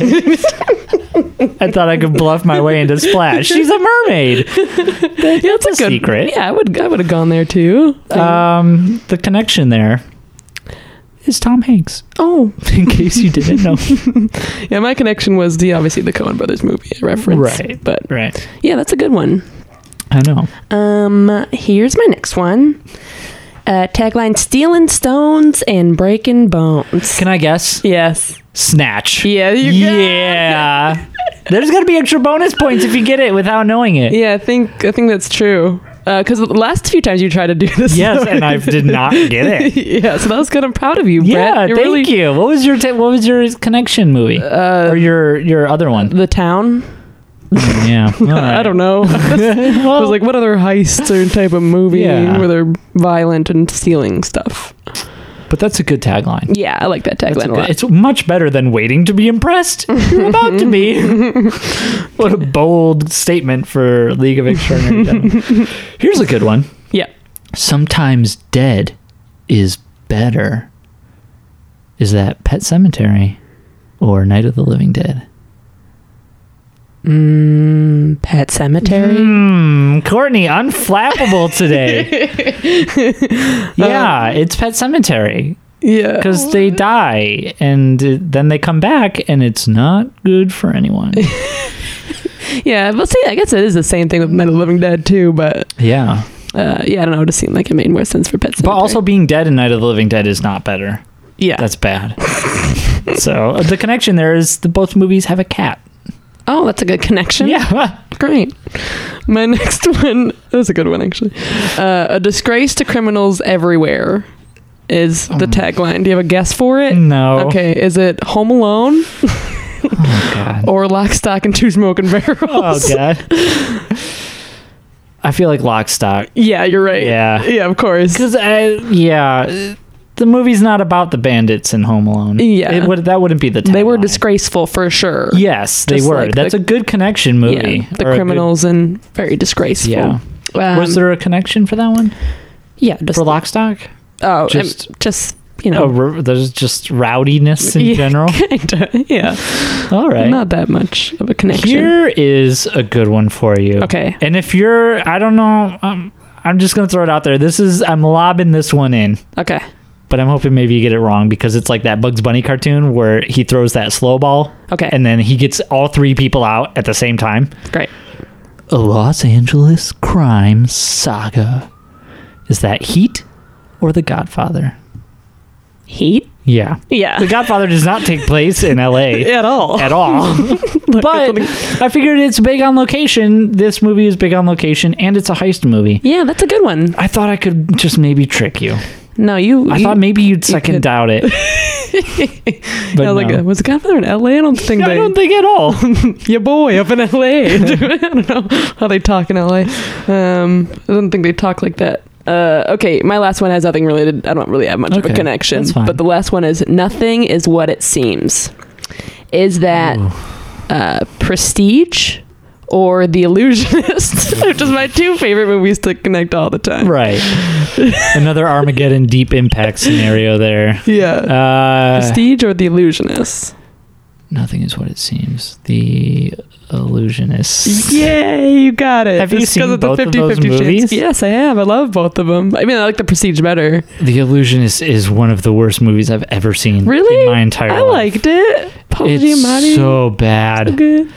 C: I thought I could bluff my way into Splash. She's
A: *laughs*
C: a mermaid.
A: yeah, that's
C: a secret.
A: Yeah, I would. I would have gone there too.
C: Um, the connection there is Tom Hanks.
A: oh,
C: *laughs* In case you
A: *laughs*
C: didn't know,
A: yeah. My connection was the obviously the Coen Brothers movie I referenced.
C: Right.
A: But
C: right?
E: Yeah, that's a good one.
C: I know.
E: Um, here's my next one. Uh, tagline: Stealing stones and breaking bones.
C: Can I guess?
A: yes.
C: Snatch.
A: Yeah. You
C: Yeah. *laughs* There's gonna be extra bonus points if you get it without knowing it.
A: Yeah, I think I think that's true. Because the last few times you tried to do this,
C: Yes, and I did not get it.
A: *laughs* yeah, so that was good. I'm proud of you,
C: Yeah,
A: Brett.
C: thank you. What was your ta- what was your connection movie
A: Uh,
C: or your your other
A: *laughs*
C: one?
E: The town.
C: yeah,
A: *laughs* I
C: *laughs*
A: don't know. *laughs* I was like, what other heist or type of movie
C: Yeah.
A: where they're violent and stealing stuff?
C: but that's a good tagline.
A: Yeah, I like that
C: It's
A: tagline a
C: okay.
A: lot.
C: It's much better than waiting to be impressed. You're about
A: *laughs*
C: to be. what a bold statement for League
A: *laughs*
C: of Extraordinary Gentlemen. Here's a good one.
A: Yeah.
C: Sometimes dead is better. Is that Pet Cemetery or Night of the Living Dead?
E: Pet cemetery.
C: Hmm, Courtney, unflappable
A: *laughs*
C: today. yeah, it's Pet Cemetery
A: Yeah.
C: because they die and uh, then they come back and it's not good for
A: *laughs*
C: anyone.
A: Yeah, but see, I guess it is the same thing with Men of the Living Dead too. But
C: Yeah.
A: uh, yeah, I don't know. It just seemed like it made more sense for pets.
C: But also being dead in Night of the Living Dead is not better.
A: yeah. *laughs*
C: That's bad. so uh, the connection there is the both movies have a cat.
A: oh, that's a good connection.
C: Yeah.
A: great. My *laughs* next one. That was a good one actually. Uh, a disgrace to criminals everywhere is the tagline. Do you have a guess for it?
C: Mm. *laughs* No.
A: Okay, is it Home Alone
C: Oh
A: *laughs*
C: god.
A: or Lock, Stock, and Two Smoking Barrels?
C: Oh god. I feel like Lockstock.
A: Yeah, you're right.
C: Yeah.
A: yeah, of course.
C: Cuz I yeah, the the movie's not about the bandits in Home Alone.
A: Yeah.
C: It would, that wouldn't be the.
A: They were
C: tagline.
A: disgraceful for sure.
C: Yes, they
A: Just
C: were.
A: like
C: That's
A: the-
C: a good connection movie.
A: Yeah, the
C: or a good-
A: criminals and very disgraceful.
C: Yeah.
A: Um,
C: was there a connection for that one
E: Yeah, just
C: for Lockstock?
A: Oh,
C: just-
A: just just you
C: Oh,
A: know,
C: r- there's just rowdiness in
A: Yeah. *laughs*
C: general.
A: kinda, yeah,
C: All right.
A: not that much of a connection.
C: Here is a good one for you.
A: Okay.
C: And if you're, I don't know, um, I'm just gonna throw it out there. This is, I'm lobbing this one in,
A: Okay,
C: but I'm hoping maybe you get it wrong because it's like that Bugs Bunny cartoon where he throws that slow ball.
A: Okay.
C: And then he gets all three people out at the same time.
A: great.
C: A Los Angeles crime saga. Is that Heat or The Godfather?
E: heat.
C: Yeah.
A: Yeah,
C: The Godfather does not take place in L.A.
A: *laughs* at all. *laughs*
C: at all. *laughs* but I figured it's big on location. This movie is big on location, and it's a heist movie.
E: Yeah, that's a good one.
C: I thought I could just maybe trick you.
A: No, you.
C: I
A: you-
C: thought maybe you'd second
A: could. *laughs*
C: doubt it. but
A: I was like,
C: no.
A: was the Godfather in L.A.? I
C: *laughs*
A: don't think
C: I
A: they. *laughs*
C: don't think at all.
A: your boy up in
C: *laughs*
A: L.A. *laughs* I don't know how they talk in L.A. Um, I don't think they talk like that. Uh, okay, my last one has nothing related. I don't really have much of
C: Okay,
A: a connection,
C: that's fine.
A: but the last one is nothing is what it seems. Is that uh, Prestige or The Illusionist, *laughs* which is my two favorite movies to connect all the time?
C: right. Another Armageddon deep impact scenario there.
A: Yeah.
C: Uh,
A: Prestige or The Illusionist?
C: nothing is what it seems. The illusionist.
A: Yay, you got it.
C: Have you
A: Just 'cause
C: seen
A: of the
C: both of those
A: 50-50 chance.
C: movies?
A: Yes, I have. I love both of them. I mean, I like The Prestige better.
C: The illusionist is one of the worst movies I've ever seen.
A: Really?
C: In my entire
A: I
C: life.
A: liked it. Paul
C: It's
A: Giamatti.
C: so bad.
A: good.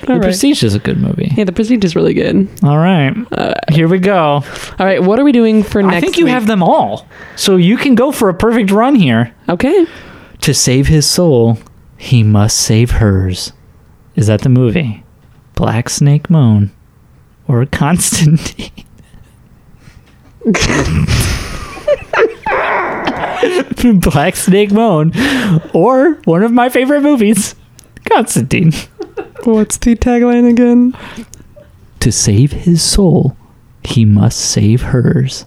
C: the
A: All right.
C: Prestige is a good movie.
A: Yeah, The Prestige is really good. Uh,
C: All right, here we go.
A: All right, what are we doing for next
C: I think you
A: week?
C: have them all, so you can go for a perfect run here.
A: Okay.
C: To save his soul, he must save hers. Is that the movie? Black Snake Moan or Constantine? *laughs* Black Snake Moan or one of my favorite movies, Constantine.
A: What's the tagline again?
C: To save his soul, he must save hers.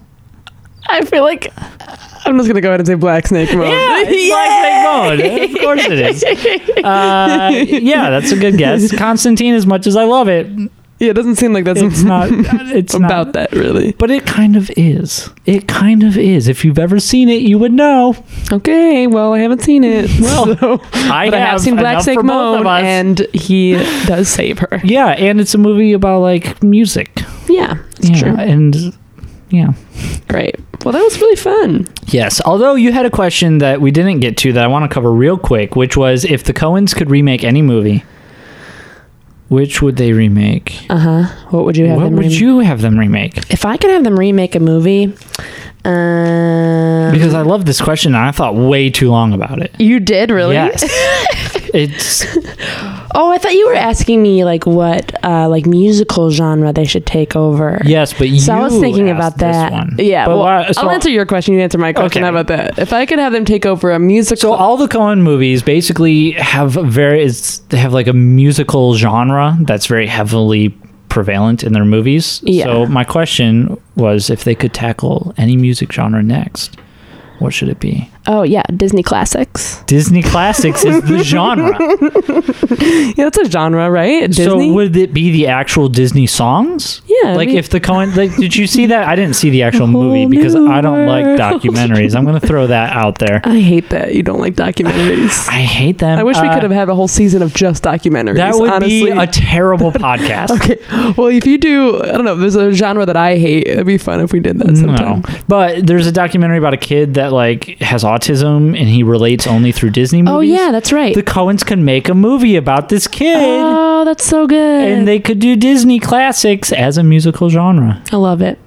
A: I feel like uh, I'm just gonna go ahead and say Black Snake Mode.
C: It's Black Snake Mode. Of course it is. Uh, yeah, that's a good guess. Constantine, as much as I love it,
A: Yeah, it doesn't seem like that's *laughs*
C: it's not. It's
A: about
C: not,
A: that really.
C: But it kind of is. It kind of is. If you've ever seen it, you would know.
A: Okay, well I haven't seen it.
C: *laughs* Well,
A: so,
C: I
A: but I have seen Black
C: enough
A: Snake
C: for both of
A: Mode,
C: us.
A: and he does uh, save her.
C: yeah, and it's a movie about like music.
A: Yeah,
C: yeah,
A: it's true.
C: and yeah.
A: Great. Well, that was really fun.
C: Yes, although you had a question that we didn't get to that I want to cover real quick, which was if the Coens could remake any movie, which would they remake?
E: Uh huh. What would you have
C: what
E: them
C: would
E: remake?
C: you have them remake?
E: If I could have them remake a movie, um,
C: Because I love this question and I thought way too long about
E: *laughs*
C: it.
E: you did
A: *laughs*
E: really.
C: Yes. it's
E: Oh, I thought you were asking me like what uh, like musical genre they should take over.
C: yes, but you
E: So I was thinking
C: asked
E: about
C: this
E: that.
C: one.
A: Yeah,
C: But
A: well,
C: why- so,
A: I'll answer your question. You answer my question.
C: Okay.
A: How about that? If I could have them take over a musical,
C: so all the Cohen movies basically have very it's, they have like a musical genre that's very heavily prevalent in their movies.
E: Yeah.
C: So my question was if they could tackle any music genre next, what should it be?
E: Oh yeah, Disney classics.
C: Disney classics is
A: *laughs*
C: the genre.
A: yeah, that's a genre, right? Disney.
C: So would it be the actual Disney songs?
A: Yeah, I
C: Like
A: mean-
C: if the Cohen, like, did you see that? I didn't see the actual movie
A: whole
C: because
A: new
C: I don't like
A: world.
C: documentaries. I'm gonna throw that out
A: *laughs*
C: there.
A: I hate that you don't like documentaries.
C: I hate them.
A: I wish we
C: Uh,
A: could have had a whole season of just documentaries.
C: That would
A: honestly.
C: be a
A: *laughs*
C: terrible podcast.
A: okay. Well, if you do, I don't know. There's a genre that I hate. It'd be fun if we did that sometime.
C: No, but there's a documentary about a kid that like has autism and he relates only through Disney movies.
E: Oh yeah, that's right.
C: the Coens can make a movie about this kid.
E: oh, that's so good.
C: and they could do Disney classics as a musical genre.
E: I love it.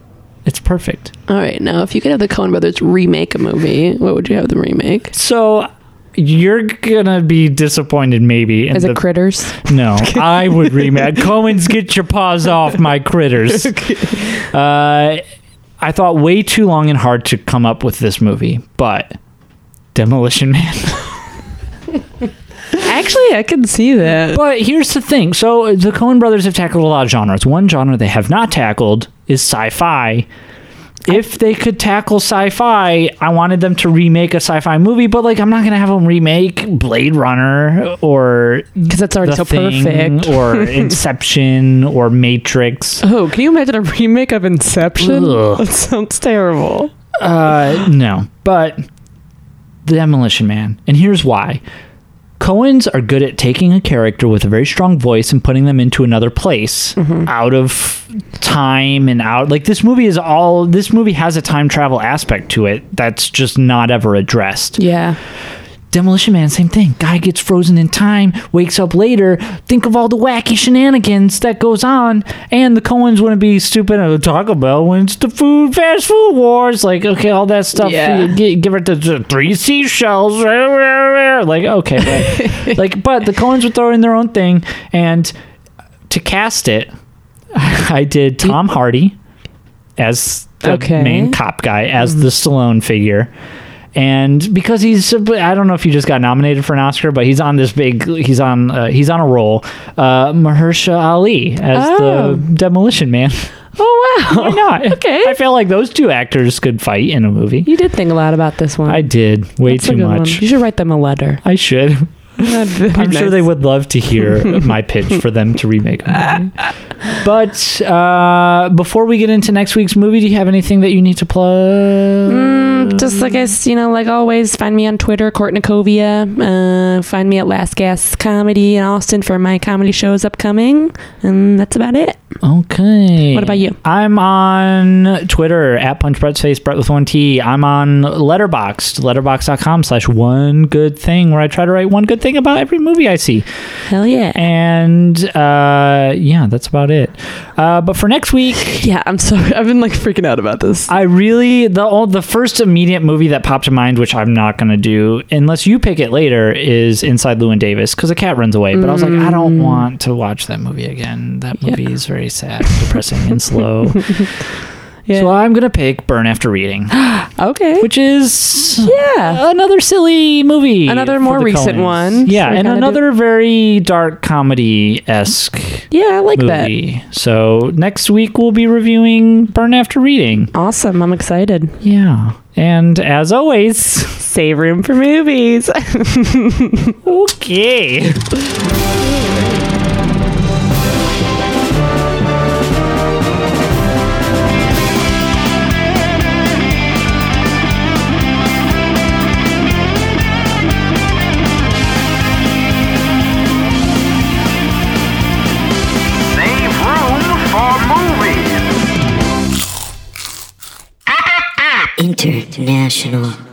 C: It's perfect.
A: All right. Now, if you could have the Coen Brothers remake a movie, what would you have them remake?
C: So you're gonna be disappointed, maybe. in
E: Is
C: the-
E: it critters? *laughs*
C: No, I would remake. Cohen's, get your paws off my
E: *laughs*
C: critters. Uh, I thought way too long and hard to come up with this movie, but Demolition Man.
A: Actually, I can see that.
C: but here's the thing: so the Cohen brothers have tackled a lot of genres. One genre they have not tackled is sci-fi. if they could tackle sci-fi, I wanted them to remake a sci-fi movie, but like I'm not gonna have them remake Blade Runner or
E: because that's already
C: The
E: so
C: Thing
E: perfect. *laughs*
C: or Inception or Matrix.
A: Oh, can you imagine a remake of Inception?
C: Ugh.
A: That sounds terrible.
C: Uh, no, but the Demolition Man, and here's why. Coens are good at taking a character with a very strong voice and putting them into another place out of time and out like this movie is all this movie has a time travel aspect to it that's just not ever addressed.
E: yeah,
C: Demolition Man, same thing. Guy gets frozen in time, wakes up later. Think of all the wacky shenanigans that goes on, and the Coens wouldn't be stupid. Oh, Taco Bell wins the food fast food wars. Like, okay, all that stuff.
A: Yeah.
C: Gi- give it the, the three seashells. *laughs* Like, okay, but, like, but the Coens would throw in their own thing, and to cast it, *laughs* I did Tom Hardy as the
E: Okay.
C: main cop guy, as the Stallone figure. And because he's, I don't know if he just got nominated for an Oscar, but he's on this big, he's on, uh, he's on a roll. Uh, Mahershala Ali as
E: Oh.
C: the Demolition Man. *laughs*
E: Oh wow!
C: Why not?
E: Okay.
C: I feel like those two actors could fight in a movie.
E: You did think a lot about this one.
C: I did way
E: That's a
C: too
E: good one.
C: much.
E: You should write them a
C: *laughs*
E: letter.
C: I should. I'm sure
A: nice.
C: they would love to
E: *laughs*
C: hear my pitch for them to remake. A movie. But uh, before we get into next week's movie, do you have anything that you need to plug?
E: Mm, Just like I, s- you know, like always, find me on Twitter, Courtnikovia. Uh, find me at Last Gas Comedy in Austin for my comedy shows upcoming, and that's about it.
C: Okay.
E: What about you?
C: I'm on Twitter at Punch Brett's Face, Brett with one T. I'm on Letterboxd, letterbox.com slash one good thing, where I try to write one good thing about every movie I see.
E: Hell yeah!
C: And uh, yeah, that's about it. Uh, but for next week,
A: Yeah, I'm sorry. *laughs* I've been like freaking out about this.
C: I really the old, the first immediate movie that popped to mind, which I'm not gonna do unless you pick it later, is Inside Llewyn Davis because a cat runs away. But I was like, I don't
E: Mm.
C: want to watch that movie again. That movie is very sad, depressing, and
E: *laughs*
C: slow.
E: Yeah.
C: So I'm gonna pick Burn After Reading,
E: *gasps* okay.
C: which is
E: Yeah.
C: another silly movie,
E: Another
C: for
E: more
C: the
E: recent
C: Coens.
E: one.
C: Yeah,
E: So we
C: and
E: gotta do-
C: another very dark comedy esque
E: Yeah, I like that.
C: movie. So next week we'll be reviewing Burn After Reading.
E: Awesome. I'm excited.
C: Yeah, and as always. *laughs*
E: Save room for movies.
C: Okay.
B: Save room for movies.
F: International.